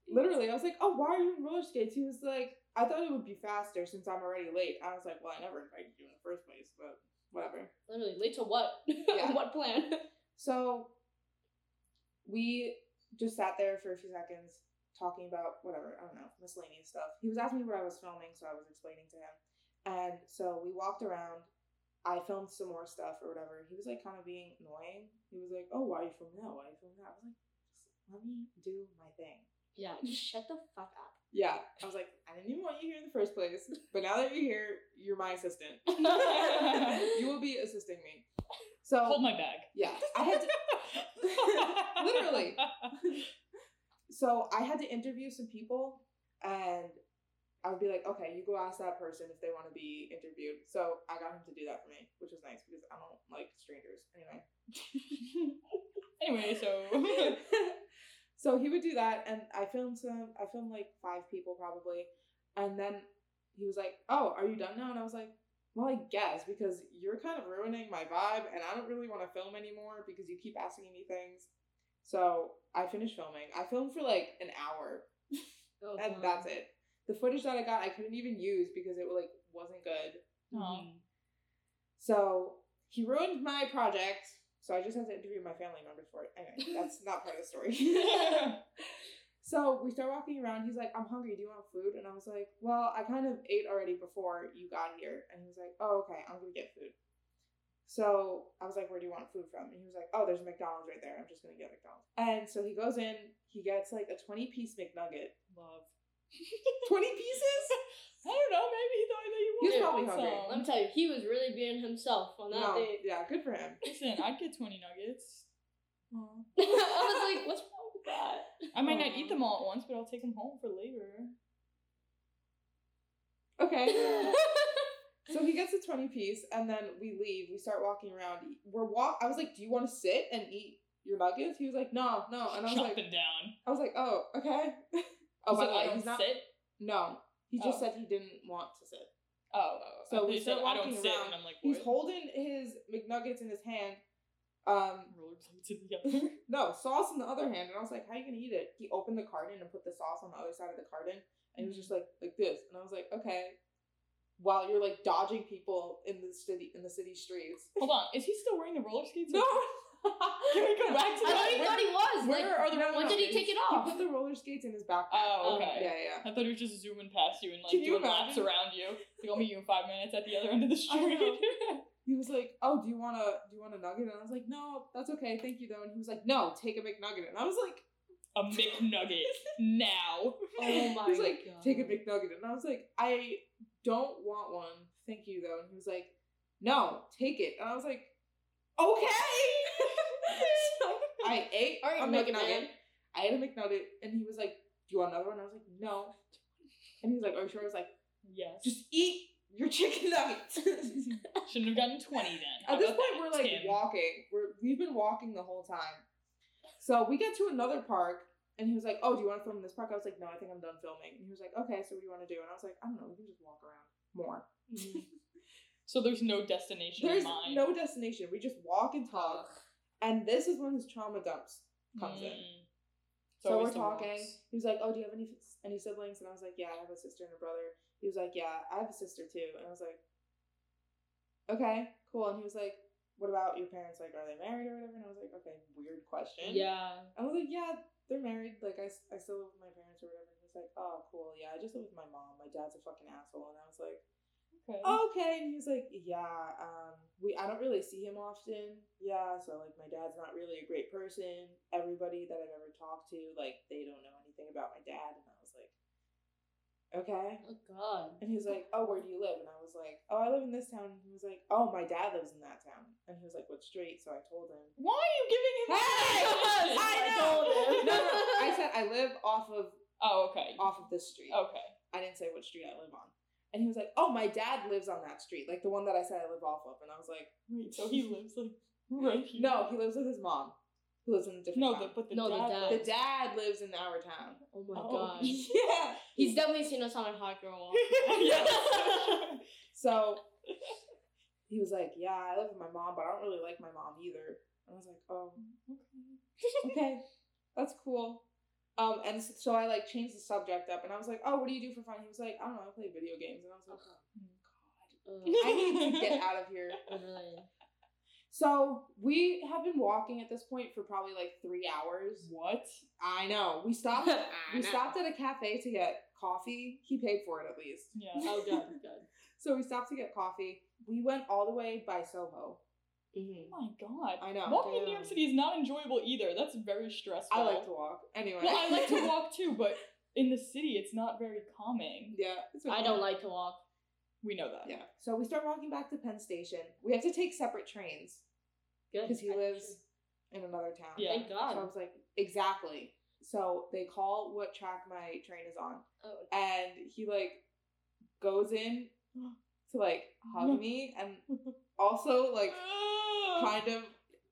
Speaker 1: Literally, I was like, oh, why are you in roller skates? He was like, I thought it would be faster since I'm already late. I was like, well, I never invited you in the first place, but whatever.
Speaker 3: Literally, late to what? (laughs)
Speaker 1: Yeah.
Speaker 3: what plan?
Speaker 1: So we just sat there for a few seconds talking about whatever, I don't know, miscellaneous stuff. He was asking me what I was filming, so I was explaining to him. And so we walked around. I filmed some more stuff or whatever. He was like kind of being annoying. He was like, Oh, why are you filming that? Why are you filming that? I was like, "Just let me do my thing.
Speaker 3: Yeah, just shut the fuck up. (laughs)
Speaker 1: Yeah. I was like, I didn't even want you here in the first place. But now that you're here, you're my
Speaker 2: (laughs)
Speaker 1: assistant. you will be assisting me. So
Speaker 2: Hold my bag.
Speaker 1: yeah. I had to (laughs)
Speaker 2: (laughs)
Speaker 1: Literally. so I had to interview some people and I would be like, okay, you go ask that person if they want to be interviewed. So I got him to do that for me, which was nice because I don't like strangers. Anyway.
Speaker 2: Anyway,
Speaker 1: (laughs)
Speaker 2: so
Speaker 1: so he would do that and I filmed some I filmed like five people probably. And then he was like, Oh, are you done now? And I was like, Well, I guess because you're kind of ruining my vibe and I don't really want to film anymore because you keep asking me things. So I finished filming. I filmed for like an hour
Speaker 3: Oh,
Speaker 1: and
Speaker 3: God.
Speaker 1: that's it. The footage that I got I couldn't even use because it like wasn't good.
Speaker 2: Aw.
Speaker 1: So he ruined my project. So I just had to interview my family members for it. Anyway, that's not part of the story. (laughs) So we start walking around. He's like, I'm hungry. Do you want food? And I was like, Well, I kind of ate already before you got here. And he was like, Oh, okay. I'm going to get food. So I was like, Where do you want food from? And he was like, Oh, there's a McDonald's right there. I'm just going to get McDonald's. And so he goes in. He gets like a 20 piece McNugget.
Speaker 2: love.
Speaker 1: Twenty pieces?
Speaker 2: (laughs) I don't know. Maybe he thought that you
Speaker 1: He was
Speaker 2: wanted
Speaker 1: probably
Speaker 2: some.
Speaker 1: hungry.
Speaker 3: Let me tell you, he was really being himself on that
Speaker 1: No.
Speaker 3: date. (laughs)
Speaker 1: Yeah, good for him.
Speaker 2: Listen, I'd get twenty nuggets.
Speaker 3: I was like, what's wrong with (laughs) that?
Speaker 2: I might not
Speaker 1: Aw.
Speaker 2: eat them all at once, but I'll take them home for later.
Speaker 3: (laughs)
Speaker 1: Okay. So he gets a 20 piece and then we leave. We start walking around. We're walk I was like, "Do you want to sit and eat your nuggets?" He was like, "No, no." Oh, And I was
Speaker 2: Chop (laughs)
Speaker 1: like
Speaker 2: it down.
Speaker 1: I was like, "Oh, okay." (laughs) Oh,
Speaker 2: He
Speaker 1: by
Speaker 2: said,
Speaker 1: the
Speaker 2: I
Speaker 1: way,
Speaker 2: don't
Speaker 1: he's not
Speaker 2: sit.
Speaker 1: No. He just
Speaker 2: Oh.
Speaker 1: said he didn't want to sit.
Speaker 2: Oh,
Speaker 1: So
Speaker 2: so he
Speaker 1: we
Speaker 2: said I
Speaker 1: start
Speaker 2: don't
Speaker 1: walking
Speaker 2: sit,
Speaker 1: around.
Speaker 2: and I'm like,
Speaker 1: He's
Speaker 2: what?
Speaker 1: holding his McNuggets in his hand. Um
Speaker 2: rollerblades in the other.
Speaker 1: no, sauce in the other hand. And I was like, "How are you going to eat it?" He opened the carton and put the sauce on the other side of the carton and he was
Speaker 2: Mm.
Speaker 1: just like like this. And I was like, "Okay." While you're like dodging people in the city in the city streets.
Speaker 2: Hold on, is he still wearing the roller skates?
Speaker 1: No.
Speaker 2: (laughs) Can we go back to
Speaker 3: I
Speaker 2: that?
Speaker 3: thought he thought he was.
Speaker 2: Where
Speaker 3: like,
Speaker 2: are the
Speaker 1: No,
Speaker 2: roller
Speaker 3: when did he
Speaker 2: skates?
Speaker 3: take it
Speaker 1: He
Speaker 3: off?
Speaker 1: put the roller skates in his backpack.
Speaker 2: Oh,
Speaker 3: Um,
Speaker 2: okay.
Speaker 1: Yeah, yeah.
Speaker 2: I thought he was just zooming past you and like
Speaker 1: Can you
Speaker 2: doing laps
Speaker 1: imagine?
Speaker 2: around you. It's like I'll meet you in five minutes at the other end of
Speaker 1: (laughs)
Speaker 2: the street.
Speaker 1: He was like, "Oh, do you want a do you want a nugget?" And I was like, "No, that's okay, thank you though." And he was like, "No, take a McNugget." And I was like, (laughs)
Speaker 2: a McNugget now.
Speaker 3: Oh my
Speaker 1: he was like,
Speaker 3: god.
Speaker 1: "Take a McNugget," and I was like, "I don't want one, thank you though." And he was like, "No, take it," and I was like,
Speaker 2: (laughs)
Speaker 1: "Okay." so (laughs) (laughs) I ate
Speaker 3: All right,
Speaker 1: a
Speaker 3: Mega
Speaker 1: McNugget.
Speaker 3: Man.
Speaker 1: I had a McNugget, and he was like, "Do you want another one?" And I was like, "No," and he was like, "Are you sure?" I was like,
Speaker 2: Yes.
Speaker 1: "Just eat your chicken
Speaker 2: (laughs)
Speaker 1: nuggets."
Speaker 2: Shouldn't have gotten 20 then. How
Speaker 1: At this
Speaker 2: about
Speaker 1: point,
Speaker 2: that,
Speaker 1: we're like
Speaker 2: Tim?
Speaker 1: walking. We're we've been walking the whole time. So we get to another park, and he was like, "Oh, do you want to film in this park?" I was like, "No, I think I'm done filming." And he was like, "Okay, so what do you want to do?" And I was like, "I don't know. We can just walk around more.
Speaker 2: So there's no destination
Speaker 1: There's
Speaker 2: in mind.
Speaker 1: no destination. We just walk and talk." And this is when his trauma dumps comes in.
Speaker 2: Mm. It's
Speaker 1: So
Speaker 2: always the
Speaker 1: we're talking.
Speaker 2: worst.
Speaker 1: He was like, "Oh, do you have any any siblings?" And I was like, "Yeah, I have a sister and a brother." He was like, "Yeah, I have a sister too." And I was like, "Okay, cool." And he was like, "What about your parents? Like, are they married or whatever?" And I was like, "Okay, weird question."
Speaker 3: Yeah.
Speaker 1: I was like, "Yeah, they're married. Like, I, s- I still live with my parents or whatever." And he was like, "Oh, cool. Yeah, I just live with my mom. My dad's a fucking asshole." And I was like,
Speaker 2: Okay.
Speaker 1: "Okay." And he was like, "Yeah, um, we I don't really see him often. Yeah, so like my dad's not really a great person. Everybody that I've ever talked to, like, they don't know anything about my dad." And I was like, "Okay."
Speaker 3: (laughs) Oh god.
Speaker 1: And he was like, "Oh, where do you live?" And I was like, "Oh, I live in this town." And he was like, "Oh, my dad lives in that town." And he was like, "What street?" So I told him.
Speaker 2: Why are you giving him
Speaker 1: Hey!
Speaker 2: that information?
Speaker 1: (laughs) I
Speaker 3: know!
Speaker 1: no, no, no. I said I live off of
Speaker 2: (laughs) Oh, okay.
Speaker 1: off of this street.
Speaker 2: Okay.
Speaker 1: I didn't say what street I live on. And he was like, "Oh, my dad lives on that street, like the one that I said I live off of." And I was like,
Speaker 2: Wait, so he lives like right here?
Speaker 1: (laughs) "No, he lives with his mom, who lives in a different
Speaker 2: No,
Speaker 1: town.
Speaker 2: the, but the
Speaker 3: No, the
Speaker 2: dad.
Speaker 3: dad.
Speaker 1: the dad lives in our town."
Speaker 3: Oh my
Speaker 2: Oh.
Speaker 3: god.
Speaker 1: (laughs) yeah.
Speaker 3: He's definitely seen us on a hot girl
Speaker 1: (laughs)
Speaker 2: (laughs)
Speaker 3: walk.
Speaker 2: yes.
Speaker 3: (laughs)
Speaker 1: So he was like, "Yeah, I live with my mom, but I don't really like my mom either." And I was like, "Oh, okay, that's cool." Um, and s- so I like changed the subject up, and I was like, "Oh, what do you do for fun?" He was like, "I don't know, I play video games," and I was like, "Oh, God, I need to
Speaker 3: (laughs)
Speaker 1: get out of here."
Speaker 3: Literally.
Speaker 1: So we have been walking at this point for probably like three hours.
Speaker 2: What?
Speaker 1: I know. We stopped.
Speaker 3: (laughs) I
Speaker 1: we
Speaker 3: know.
Speaker 1: stopped at a cafe to get coffee. He paid for it at least.
Speaker 2: Yeah.
Speaker 3: Oh god. (laughs) God.
Speaker 1: So we stopped to get coffee. We went all the way by Soho.
Speaker 3: Mm-hmm.
Speaker 2: Oh my god.
Speaker 1: I know.
Speaker 2: Walking in
Speaker 3: damn.
Speaker 2: New York City is not enjoyable either. That's very stressful.
Speaker 1: I like to walk. Anyway.
Speaker 2: Well, I like
Speaker 1: (laughs)
Speaker 2: to walk too, but in the city, it's not very calming.
Speaker 1: yeah. it's
Speaker 3: I
Speaker 1: okay.
Speaker 3: don't like to walk.
Speaker 2: We know that.
Speaker 1: Yeah. So we start walking back to Penn Station. We have to take separate trains
Speaker 3: Good.
Speaker 1: because he
Speaker 3: I-
Speaker 1: lives in another town.
Speaker 2: Yeah.
Speaker 3: Thank
Speaker 1: So I
Speaker 3: God.
Speaker 1: was like, exactly. So they call what track my train is on,
Speaker 3: Oh,
Speaker 1: and he like goes in to like hug me, and also
Speaker 2: (laughs)
Speaker 1: like
Speaker 2: Ah.
Speaker 1: kind of.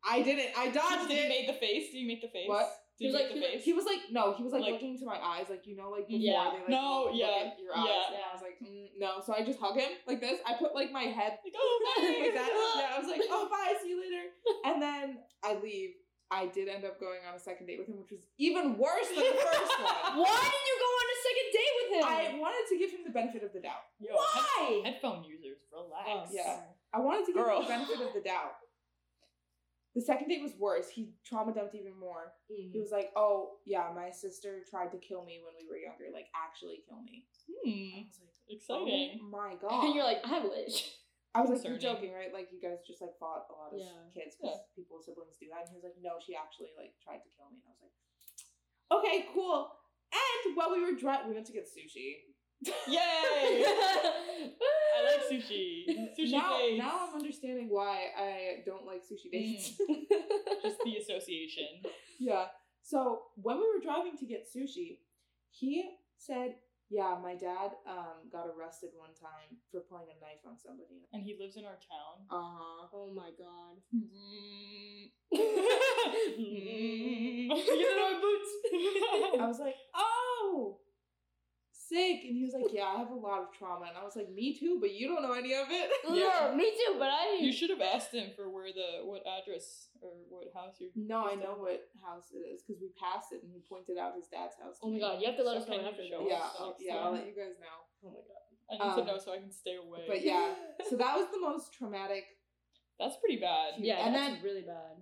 Speaker 1: I didn't. I dodged
Speaker 2: Did you
Speaker 1: it.
Speaker 2: make the face? Did you make the face?
Speaker 1: What?
Speaker 2: Did you
Speaker 3: He was
Speaker 2: make
Speaker 3: like-
Speaker 2: the
Speaker 3: he was
Speaker 2: face?
Speaker 1: He was like, no, he was like,
Speaker 2: Like-
Speaker 1: looking into my eyes, like you know, like before
Speaker 3: Yeah.
Speaker 1: they like
Speaker 2: No,
Speaker 1: look
Speaker 2: yeah,
Speaker 1: at your eyes.
Speaker 2: yeah.
Speaker 1: And I was like, mm, no. So I just hug him like this. I put like my head
Speaker 2: (laughs) Like,
Speaker 1: (laughs)
Speaker 2: oh, my
Speaker 1: like that. Yeah, I was like, oh bye, see you later. And then I leave. I did end up going on a second date with him, which was even worse than the first
Speaker 2: (laughs)
Speaker 1: one.
Speaker 3: Why did you go on a second date with him?
Speaker 1: I wanted to give him the benefit of the doubt.
Speaker 2: Yo, head-
Speaker 3: Why?
Speaker 2: headphone users, relax.
Speaker 1: yeah. I wanted to give
Speaker 2: Girl.
Speaker 1: him the benefit of the doubt. The second date was worse. He trauma dumped even more.
Speaker 3: Mm.
Speaker 1: He was like, "Oh yeah, my sister tried to kill me when we were younger. Like actually kill me."
Speaker 2: Hmm.
Speaker 1: I was like,
Speaker 2: Exciting.
Speaker 1: "Oh my god!"
Speaker 3: (laughs)
Speaker 2: (laughs)
Speaker 3: And you're like, I wish.
Speaker 1: I was like, "You're
Speaker 2: Concerning.
Speaker 1: joking, right? Like you guys just like fought a lot of
Speaker 3: Yeah.
Speaker 1: kids because people siblings do that." And he was like, "No, she actually like tried to kill me," and I was like, "Okay, cool." And while we were driving, we went to get sushi.
Speaker 2: Yay!
Speaker 3: (laughs)
Speaker 2: I like
Speaker 1: (laughs)
Speaker 2: sushi. Sushi
Speaker 1: now,
Speaker 2: dates.
Speaker 1: now I'm understanding why I don't like sushi dates.
Speaker 2: Just the association.
Speaker 1: (laughs) Yeah. So when we were driving to get sushi, he said, "Yeah, my dad um, got arrested one time for pulling a knife on somebody."
Speaker 2: And he lives in our town.
Speaker 1: Uh huh.
Speaker 3: oh my (laughs) god.
Speaker 2: (laughs) Mm. Mm.
Speaker 3: (laughs)
Speaker 2: Get out of my boots.
Speaker 1: I was like, "Oh, sick," and he was like, "Yeah, I have a lot of trauma," and I was like, "Me too," but you don't know any of it.
Speaker 2: Yeah.
Speaker 3: me too, but I
Speaker 2: You should have asked him for where the what address or what house you're.
Speaker 1: (laughs) No, I know what house it is because we passed it and he pointed out his dad's house. to
Speaker 3: Oh
Speaker 1: me.
Speaker 3: my god, you have to let us
Speaker 2: Okay,
Speaker 3: know after
Speaker 2: sure.
Speaker 3: this.
Speaker 1: Yeah,
Speaker 2: Sucks,
Speaker 1: I'll, yeah, I'll
Speaker 2: yeah.
Speaker 1: let you guys know.
Speaker 3: Oh my god.
Speaker 2: I need
Speaker 1: Um,
Speaker 2: to know so I can stay away.
Speaker 1: But yeah, so that was the most traumatic.
Speaker 2: that's pretty bad.
Speaker 1: Yeah,
Speaker 3: Yeah,
Speaker 1: and
Speaker 3: that's
Speaker 1: then-
Speaker 3: really bad.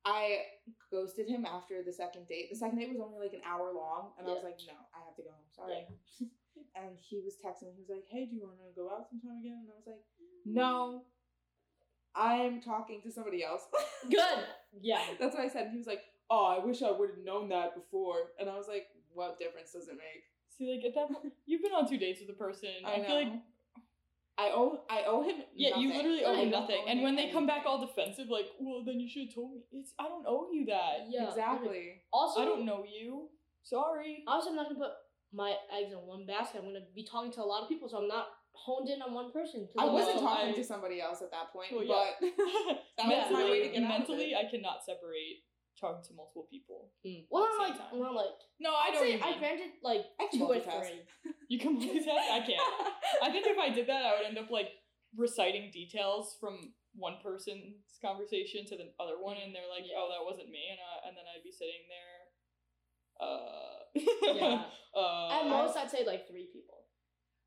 Speaker 1: I ghosted him after the second date. The second date was only like an hour long, and I was like, no, I have to go home. Sorry. (laughs) and he was texting. He was like, hey, do you want to go out sometime again? And I was like, no, I'm talking to somebody else. (laughs)
Speaker 3: Good. Yeah.
Speaker 1: That's what I said. And he was like, oh, I wish I would have known that before. And I was like, what difference does it make?
Speaker 2: See, like at that point, you've been on two dates with a person.
Speaker 1: I, know.
Speaker 2: feel like
Speaker 1: I owe I owe him.
Speaker 2: yeah, you
Speaker 1: nothing.
Speaker 2: literally owe
Speaker 1: I
Speaker 2: him
Speaker 1: don't
Speaker 2: nothing.
Speaker 1: owe
Speaker 2: And
Speaker 1: him
Speaker 2: when they come back
Speaker 1: anything.
Speaker 2: all defensive, like, well, then you should have told me. It's I don't owe you that.
Speaker 3: Yeah.
Speaker 1: exactly.
Speaker 3: Also
Speaker 2: I don't know you. Sorry.
Speaker 3: Obviously, I'm not gonna put my eggs in one basket. I'm gonna be talking to a lot of people, so I'm not honed in on one person. 'Cause
Speaker 1: I
Speaker 3: I'm
Speaker 1: wasn't
Speaker 2: No,
Speaker 3: also-
Speaker 1: talking
Speaker 2: I-
Speaker 1: to somebody else at that point,
Speaker 2: Well, yeah.
Speaker 1: but that was my
Speaker 2: mentally,
Speaker 1: way to get out of
Speaker 2: mentally,
Speaker 1: it.
Speaker 2: I cannot separate talking to multiple people.
Speaker 3: Mm. Well, I'm
Speaker 2: Same
Speaker 3: like,
Speaker 2: time.
Speaker 3: well, I'm like,
Speaker 2: (laughs) No, I don't.
Speaker 3: actually,
Speaker 2: even.
Speaker 3: I granted like
Speaker 1: I can
Speaker 3: two or
Speaker 1: multitask.
Speaker 3: three.
Speaker 2: you can (laughs) multitask. I can't.
Speaker 1: (laughs)
Speaker 2: I think if I did that, I would end up like reciting details from one person's conversation to the other one, and they're like,
Speaker 3: Yeah.
Speaker 2: "Oh, that wasn't me," and uh, and then I'd be sitting there. Uh,
Speaker 3: Yeah.
Speaker 2: uh, (laughs)
Speaker 3: At most, I'd say like three people.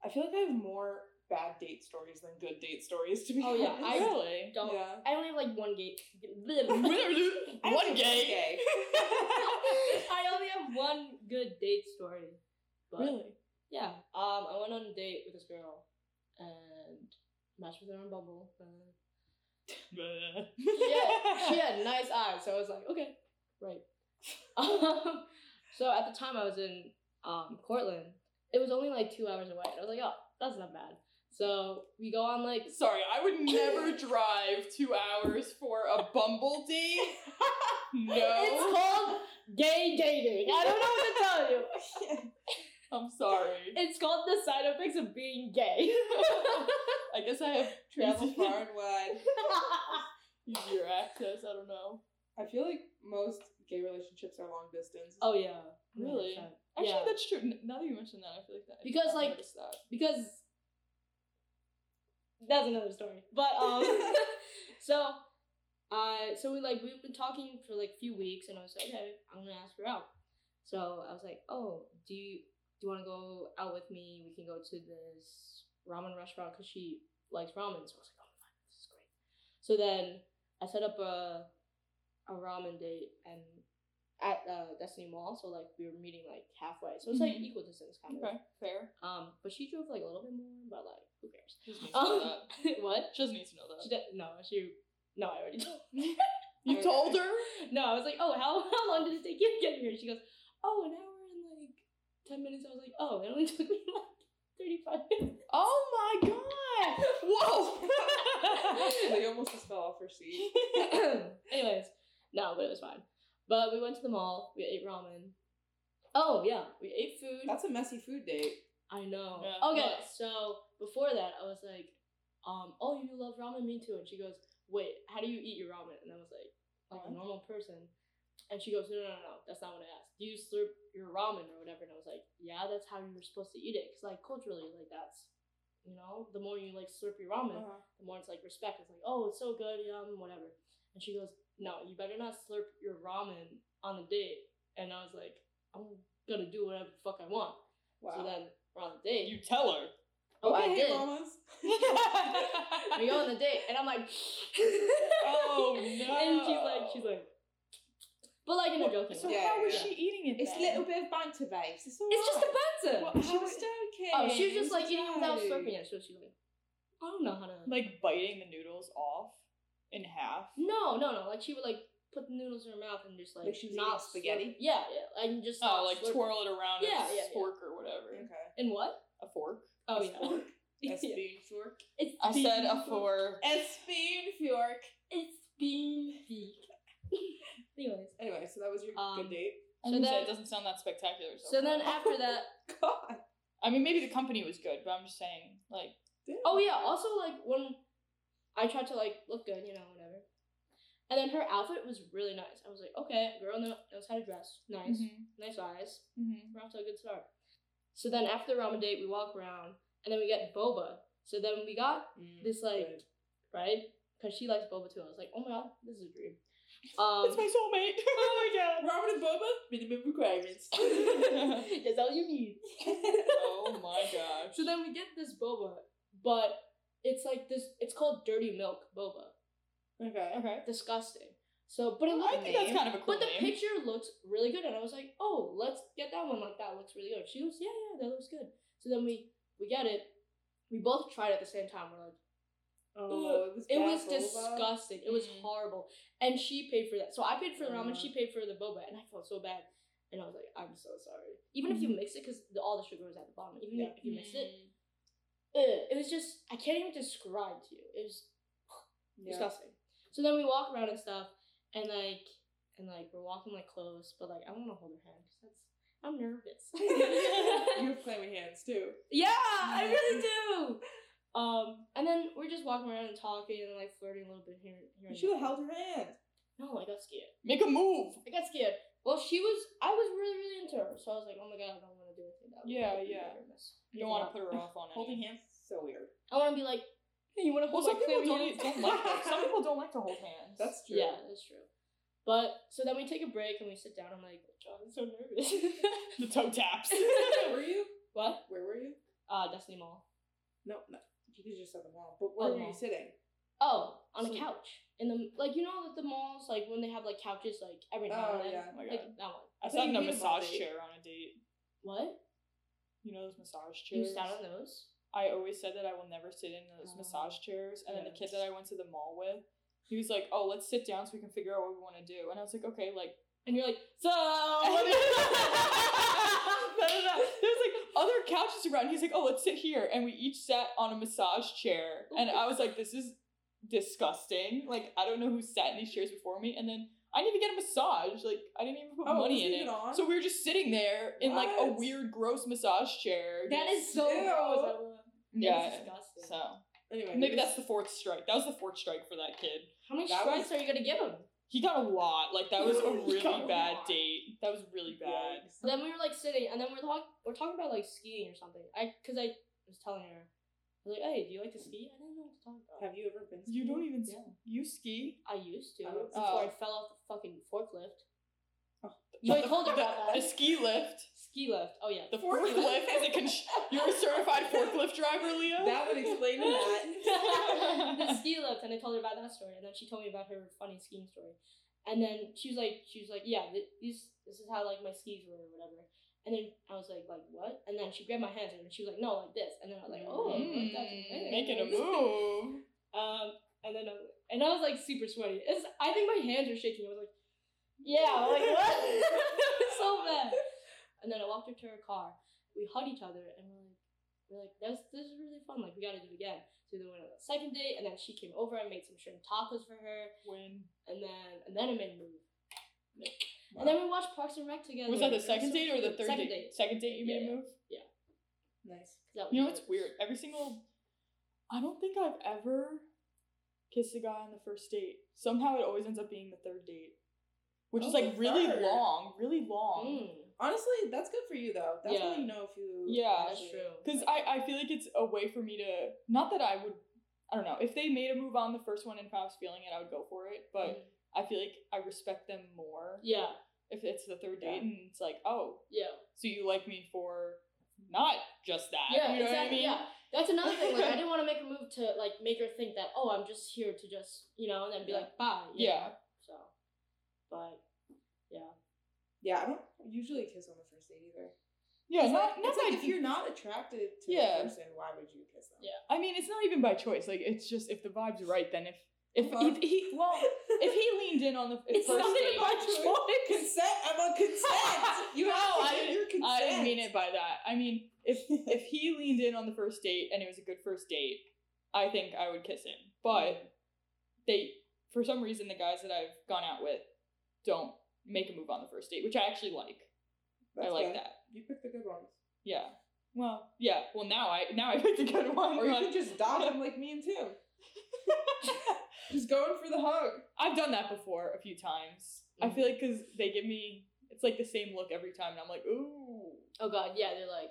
Speaker 1: I feel like I have more bad date stories than good date stories. To be
Speaker 3: Oh, yeah,
Speaker 1: honest.
Speaker 3: I-
Speaker 1: (laughs)
Speaker 2: really. (laughs)
Speaker 3: Don't.
Speaker 1: Yeah.
Speaker 3: I only have like one gate.
Speaker 1: I have
Speaker 2: one
Speaker 1: like
Speaker 2: gay. (laughs)
Speaker 1: gay.
Speaker 3: (laughs)
Speaker 1: (laughs)
Speaker 3: I only have one good date story. But Yeah. Um, I went on a date with this girl, and matched with her on Bumble. Uh, yeah, she (laughs) had nice eyes, so I was like, okay, (laughs) right. Um, so at the time I was in um, Cortland, it was only like two hours away, and I was like, oh, that's not bad. So we go on like,
Speaker 2: Sorry, I would never drive two hours for a Bumble date. No,
Speaker 3: it's called gay dating. (laughs) I don't (laughs) know what to tell you.
Speaker 2: I'm sorry.
Speaker 3: It's called the side effects of being (laughs) gay.
Speaker 2: I guess I have
Speaker 1: Travel
Speaker 2: (laughs)
Speaker 1: far and wide.
Speaker 2: easier access. I don't know.
Speaker 1: I feel like most gay relationships are long distance.
Speaker 3: oh yeah,
Speaker 2: Really?
Speaker 3: 100%.
Speaker 2: Actually,
Speaker 3: yeah.
Speaker 2: that's true. N- Now that you mention that, I feel like that.
Speaker 3: Because,
Speaker 2: I've
Speaker 3: like-
Speaker 2: noticed that.
Speaker 3: because that's another story. But um, (laughs) so uh, so we like we've been talking for like a few weeks, and I was like, okay, I'm gonna ask her out. So I was like, oh, do you do you want to go out with me? We can go to this ramen restaurant because she likes ramen. So I was like, oh my god, this is great. So then I set up a a ramen date and at uh, Destiny Mall. So like we were meeting like halfway. So it's like
Speaker 2: Mhm.
Speaker 3: equal distance kind of.
Speaker 2: (laughs) Okay, fair.
Speaker 3: Um, but she drove like a little bit more, but like who cares? (laughs)
Speaker 2: She just needs to know
Speaker 3: Um,
Speaker 2: (laughs) that.
Speaker 3: what?
Speaker 2: She just needs to know that.
Speaker 3: She did, no, she no, I already told. (laughs)
Speaker 2: you
Speaker 1: Okay.
Speaker 2: told her?
Speaker 3: No, I was like, oh, how (laughs) how long did it take you to get here? She goes, oh, an hour and like ten minutes. I was like, oh, it only (laughs) took me like thirty five minutes.
Speaker 2: Oh my god! (laughs) Whoa!
Speaker 1: They almost just fell off
Speaker 2: (laughs)
Speaker 1: her seat.
Speaker 3: (coughs) Anyways, no, but it was fine. But we went to the mall. We ate ramen. Oh yeah, we ate food.
Speaker 1: That's a messy food date.
Speaker 3: I know.
Speaker 2: Yeah.
Speaker 3: Okay,
Speaker 2: Look.
Speaker 3: so before that, I was like, um, oh, you love ramen, me too. And she goes, wait, how do you eat your ramen? And I was like, like
Speaker 2: Huh?
Speaker 3: a normal person. And she goes, no, no, no, no, that's not what I asked. Do you slurp your ramen or whatever? And I was like, yeah, that's how you're supposed to eat it. Because, like, culturally, like, that's, you know, the more you, like, slurp your ramen,
Speaker 1: Uh-huh.
Speaker 3: the more it's like respect. It's like, oh, it's so good, yum, whatever. And she goes, no, you better not slurp your ramen on a date. And I was like, I'm gonna do whatever the fuck I want.
Speaker 1: Wow.
Speaker 3: So then we're on a date.
Speaker 2: You tell her.
Speaker 3: oh, I
Speaker 1: okay,
Speaker 3: did.
Speaker 1: mamas.
Speaker 3: (laughs)
Speaker 2: (laughs)
Speaker 3: we go on a date, and I'm like,
Speaker 2: Oh,
Speaker 3: (laughs) And she's like, she's
Speaker 2: no.
Speaker 3: like, but like in a joking
Speaker 2: So
Speaker 3: way.
Speaker 1: Yeah,
Speaker 2: how was
Speaker 1: yeah.
Speaker 2: she eating it?
Speaker 1: It's a
Speaker 2: then?
Speaker 1: little bit of banter vibes. It's all
Speaker 3: It's just
Speaker 1: right.
Speaker 3: a banter.
Speaker 2: Well,
Speaker 1: She
Speaker 2: how
Speaker 1: was
Speaker 2: it-
Speaker 1: joking.
Speaker 3: oh, she was just like
Speaker 1: It's
Speaker 3: eating without
Speaker 1: okay.
Speaker 3: slurping it. So she's like, I don't know how to.
Speaker 2: Like biting the noodles off in half.
Speaker 3: no, no, no. Like she would like put the noodles in her mouth and just like,
Speaker 1: Like she was
Speaker 3: not
Speaker 1: eating spaghetti?
Speaker 3: slurp- Yeah, yeah, and just
Speaker 2: Oh,
Speaker 3: not
Speaker 2: like
Speaker 3: slurp-
Speaker 2: twirl it around
Speaker 3: Yeah,
Speaker 2: with a
Speaker 3: yeah, yeah.
Speaker 2: fork or whatever.
Speaker 1: Okay.
Speaker 3: In what?
Speaker 2: A fork. A
Speaker 3: Oh yeah.
Speaker 2: fork.
Speaker 3: (laughs) yeah.
Speaker 1: Espin Fjork.
Speaker 3: It's
Speaker 2: I said
Speaker 3: (laughs) being-
Speaker 2: a fork.
Speaker 1: Espin Fjork.
Speaker 3: It's being beak.
Speaker 2: (laughs)
Speaker 3: (laughs) Anyways,
Speaker 1: Anyway, so that was your
Speaker 3: Um,
Speaker 1: good date.
Speaker 2: I so
Speaker 3: So then-
Speaker 2: it doesn't sound that spectacular. So,
Speaker 3: so
Speaker 2: far.
Speaker 3: then after that,
Speaker 1: God.
Speaker 2: I mean, maybe the company was good, but I'm just saying, like,
Speaker 1: damn.
Speaker 3: Oh yeah, also like when I tried to like look good, you know, whatever. And then her outfit was really nice. I was like, okay, girl kno- knows how to dress. Nice.
Speaker 2: Mm-hmm.
Speaker 3: Nice eyes.
Speaker 2: mhm.
Speaker 3: We're off to a good start. So then after the ramen date, we walk around and then we get boba. So then we got
Speaker 1: Mm,
Speaker 3: this like
Speaker 1: good.
Speaker 3: right because she likes boba too. I was like, oh my god, this is a dream.
Speaker 2: (laughs)
Speaker 3: Um, (laughs)
Speaker 2: it's my soulmate. (laughs) oh my god.
Speaker 1: Ramen and boba, minimum (laughs) requirements.
Speaker 3: Oh. that's all you need.
Speaker 2: Oh my gosh.
Speaker 3: So then we get this boba, but it's like this. It's called dirty milk boba.
Speaker 1: okay.
Speaker 2: okay.
Speaker 3: disgusting. So, but it looked
Speaker 2: I think that's kind of a cool
Speaker 3: but the
Speaker 2: name.
Speaker 3: picture looks really good, and I was like, oh, let's get that one. Like that looks really good. She goes, yeah, yeah, that looks good. So then we we get it. We both tried it at the same time. We're like,
Speaker 1: Oh, it was,
Speaker 3: it
Speaker 1: bad
Speaker 3: was
Speaker 1: boba.
Speaker 3: disgusting. It was
Speaker 2: Mm.
Speaker 3: horrible. And she paid for that. So I paid for the
Speaker 1: Uh.
Speaker 3: ramen. She paid for the boba, and I felt so bad. And I was like, I'm so sorry. Even if you mix it, because all the sugar was at the bottom. Even
Speaker 1: Yeah.
Speaker 3: if you mix it,
Speaker 2: Mm.
Speaker 3: ugh, it was just I can't even describe to you. It was (laughs)
Speaker 1: Yeah.
Speaker 3: disgusting. So then we walk around and stuff, and like, and like we're walking like close, but like I want to hold her hand because that's I'm
Speaker 1: (laughs) (laughs) you
Speaker 3: nervous. (laughs)
Speaker 1: have clammy hands too.
Speaker 3: yeah, I really do. Um, and then we're just walking around and talking and like flirting a little bit here.
Speaker 1: You
Speaker 3: here and
Speaker 1: should have held
Speaker 3: there.
Speaker 1: her hand.
Speaker 3: No, I got scared.
Speaker 2: Make a move.
Speaker 3: I got scared. Well, she was. I was really, really into her, so I was like, oh my god, I don't want to do anything that. would
Speaker 2: Yeah,
Speaker 3: make me
Speaker 2: yeah.
Speaker 3: nervous.
Speaker 2: You don't want to put her off
Speaker 3: (laughs)
Speaker 2: on it.
Speaker 1: Holding hands is so weird.
Speaker 3: I want to be like, hey, you want to
Speaker 2: Well, some
Speaker 3: hold my
Speaker 2: people
Speaker 3: clammy
Speaker 2: don't, e-,
Speaker 3: hands? (laughs)
Speaker 2: don't like that. Some people don't like to hold hands.
Speaker 1: That's true.
Speaker 3: Yeah, that's true. But so then we take a break and we sit down. I'm like, John, I'm so nervous. (laughs)
Speaker 2: the toe taps. Oh
Speaker 1: Where (laughs) were you?
Speaker 3: what?
Speaker 1: Where were you?
Speaker 3: Uh, Destiny Mall.
Speaker 1: No, no. You just said the mall. But where
Speaker 3: Oh,
Speaker 1: were
Speaker 3: mall.
Speaker 1: you sitting?
Speaker 3: Oh, on
Speaker 2: So-
Speaker 3: a couch. In the like, you know, at the malls, like when they have like couches, like every
Speaker 1: Oh
Speaker 3: now and then. (laughs)
Speaker 1: yeah. (laughs)
Speaker 2: Oh my
Speaker 3: Like
Speaker 2: god.
Speaker 3: that one.
Speaker 2: I
Speaker 1: I
Speaker 2: sat
Speaker 1: thought
Speaker 2: in a
Speaker 1: you made a mall
Speaker 2: massage
Speaker 1: date.
Speaker 2: chair on a date.
Speaker 3: What?
Speaker 2: You know those massage
Speaker 3: You
Speaker 2: chairs?
Speaker 3: sat on those?
Speaker 2: I always said that I will never sit in those
Speaker 3: Oh.
Speaker 2: massage chairs. And then the kid
Speaker 3: Yes.
Speaker 2: that I went to the mall with, he was like, "Oh, let's sit down so we can figure out what we want to do." And I was like, "Okay, like."
Speaker 3: And you're like,
Speaker 2: So (laughs) let me- No, no, no. there's like other couches around. He's like, "Oh, let's sit here," and we each sat on a massage chair, and I was like, "This is disgusting." Like I don't know who sat in these chairs before me, and then I didn't even get a massage. Like I didn't even put
Speaker 1: Oh,
Speaker 2: money
Speaker 1: was
Speaker 2: in
Speaker 1: it
Speaker 2: it.
Speaker 1: on?
Speaker 2: So we were just sitting there in like a
Speaker 1: What?
Speaker 2: weird, gross massage chair.
Speaker 3: that
Speaker 2: just-
Speaker 3: is so
Speaker 1: Ew.
Speaker 3: gross. I love-
Speaker 2: yeah.
Speaker 3: That's disgusting.
Speaker 2: So
Speaker 1: Anyway,
Speaker 2: maybe
Speaker 1: you-
Speaker 2: that's the fourth strike. That was the fourth strike for that kid.
Speaker 3: How many
Speaker 1: That
Speaker 3: strikes
Speaker 1: was-
Speaker 3: are you gonna give him?
Speaker 2: He got a lot. Like that was a
Speaker 1: He
Speaker 2: really
Speaker 1: got a
Speaker 2: bad
Speaker 1: lot.
Speaker 2: date. That was really bad.
Speaker 3: So then we were like sitting, and then we're talking. We're talking about like skiing or something. I, cause I was telling her, I was like, hey, do you like to ski? I didn't know what to talk about.
Speaker 1: Have you ever been?
Speaker 2: You don't even
Speaker 3: Yeah.
Speaker 2: you ski.
Speaker 3: I used to
Speaker 1: Oh.
Speaker 3: before I fell off the fucking forklift.
Speaker 1: Oh.
Speaker 3: So I told her about (laughs)
Speaker 2: The
Speaker 3: that.
Speaker 2: ski lift.
Speaker 3: Ski lift. Oh yeah.
Speaker 2: The
Speaker 3: (laughs)
Speaker 2: forklift is a con- You're a certified forklift driver, Leo.
Speaker 1: (laughs) That would
Speaker 3: (laughs)
Speaker 2: (laughs)
Speaker 1: explain that.
Speaker 3: the ski lift, and I told her about that story, and then she told me about her funny skiing story, and then she was like, she was like, yeah, th- these, this is how like my skis were or whatever, and then I was like, like what? And then she grabbed my hands and she was like, no, like this, and then I was like, oh, like,
Speaker 2: Mm,
Speaker 3: that's okay.
Speaker 2: making
Speaker 3: (laughs)
Speaker 2: a move.
Speaker 3: Um, and then I was, and I was like super sweaty. It's, I think my hands were shaking. I was like, yeah, like what?
Speaker 2: (laughs)
Speaker 3: so bad. And then I walked her to her car. We hugged each other, and we're like, we're like, that was, this is really fun. Like we got to do it again. So then we went on the second date, and then she came over. I made some shrimp tacos for her,
Speaker 2: When
Speaker 3: and then and then I made a movie. And then we watched Parks and Rec together.
Speaker 2: was that
Speaker 3: It
Speaker 2: the second
Speaker 3: so
Speaker 2: date or the
Speaker 3: cute.
Speaker 2: third
Speaker 3: second
Speaker 2: date? Second date, you made
Speaker 3: Yeah.
Speaker 2: a move.
Speaker 1: nice.
Speaker 3: That was
Speaker 2: You know it's
Speaker 3: good.
Speaker 2: weird. Every single, I don't think I've ever kissed a guy on the first date. Somehow it always ends up being the third date, which
Speaker 1: Oh,
Speaker 2: is like
Speaker 1: the
Speaker 2: really
Speaker 1: third. Hmm.
Speaker 2: long, really long.
Speaker 3: Mm,
Speaker 1: Honestly, that's good for you though. That's
Speaker 3: Yeah.
Speaker 1: how you know if you.
Speaker 2: Yeah,
Speaker 3: that's
Speaker 1: actually-
Speaker 3: true.
Speaker 2: Because I, I feel like it's a way for me to not that I would I don't know if they made a move on the first one and if I was feeling it I would go for it but
Speaker 3: Mm.
Speaker 1: Hmm.
Speaker 2: I feel like I respect them more
Speaker 3: yeah,
Speaker 2: if it's the third
Speaker 1: Yeah.
Speaker 2: date and it's like oh
Speaker 3: yeah.
Speaker 2: so you like me for not just that
Speaker 3: Yeah,
Speaker 2: you know
Speaker 3: exactly.
Speaker 2: what I mean
Speaker 3: Yeah, that's another
Speaker 2: (laughs)
Speaker 3: thing. Like, I didn't want to make a move to like make her think that oh, I'm just here to just you know, and then be
Speaker 1: Yeah.
Speaker 3: like bye. you
Speaker 2: Yeah.
Speaker 3: know? So, but yeah,
Speaker 1: Yeah, I don't usually kiss on the first date either.
Speaker 2: yeah,
Speaker 1: It's
Speaker 2: not,
Speaker 1: like,
Speaker 2: not
Speaker 1: it's like
Speaker 2: by,
Speaker 1: if you're not attracted to
Speaker 2: Yeah.
Speaker 1: (laughs) the person, why would you kiss them?
Speaker 3: Yeah.
Speaker 2: I mean it's not even by choice like it's just if the vibe's right then if If
Speaker 1: Huh?
Speaker 2: he, he well, if he leaned in on the
Speaker 3: It's
Speaker 2: first
Speaker 3: not
Speaker 2: date,
Speaker 3: (laughs) my
Speaker 2: choice.
Speaker 1: consent. I'm on consent.
Speaker 2: (laughs)
Speaker 1: You
Speaker 2: No,
Speaker 1: have
Speaker 2: I
Speaker 1: to give
Speaker 2: didn't-
Speaker 1: your consent.
Speaker 2: I didn't mean it by that. I mean, if if he leaned in on the first date and it was a good first date, I think I would kiss him. But they, for some reason, the guys that I've gone out with don't make a move on the first date, which I actually like. I
Speaker 1: That's
Speaker 2: like
Speaker 1: fine.
Speaker 2: that.
Speaker 1: You picked the good ones.
Speaker 2: Yeah. Well, yeah. Well, now I now I (laughs) picked a good one.
Speaker 1: Or you
Speaker 2: like-
Speaker 1: could just dodge them like me and
Speaker 2: (laughs)
Speaker 1: Tim. (laughs) just going for the hug.
Speaker 2: I've done that before a few times.
Speaker 1: Mm.
Speaker 2: I feel like because they give me it's like the same look every time, and I'm like, ooh.
Speaker 3: Oh god, yeah, they're like,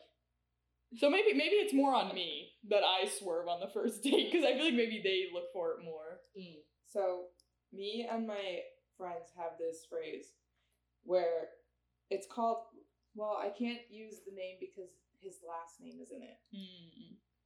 Speaker 2: So maybe maybe it's more on me that I swerve on the first (laughs) date because I feel like maybe they look for it more.
Speaker 3: mm.
Speaker 1: So, me and my friends have this phrase where it's called, well, I can't use the name because his last name is in it.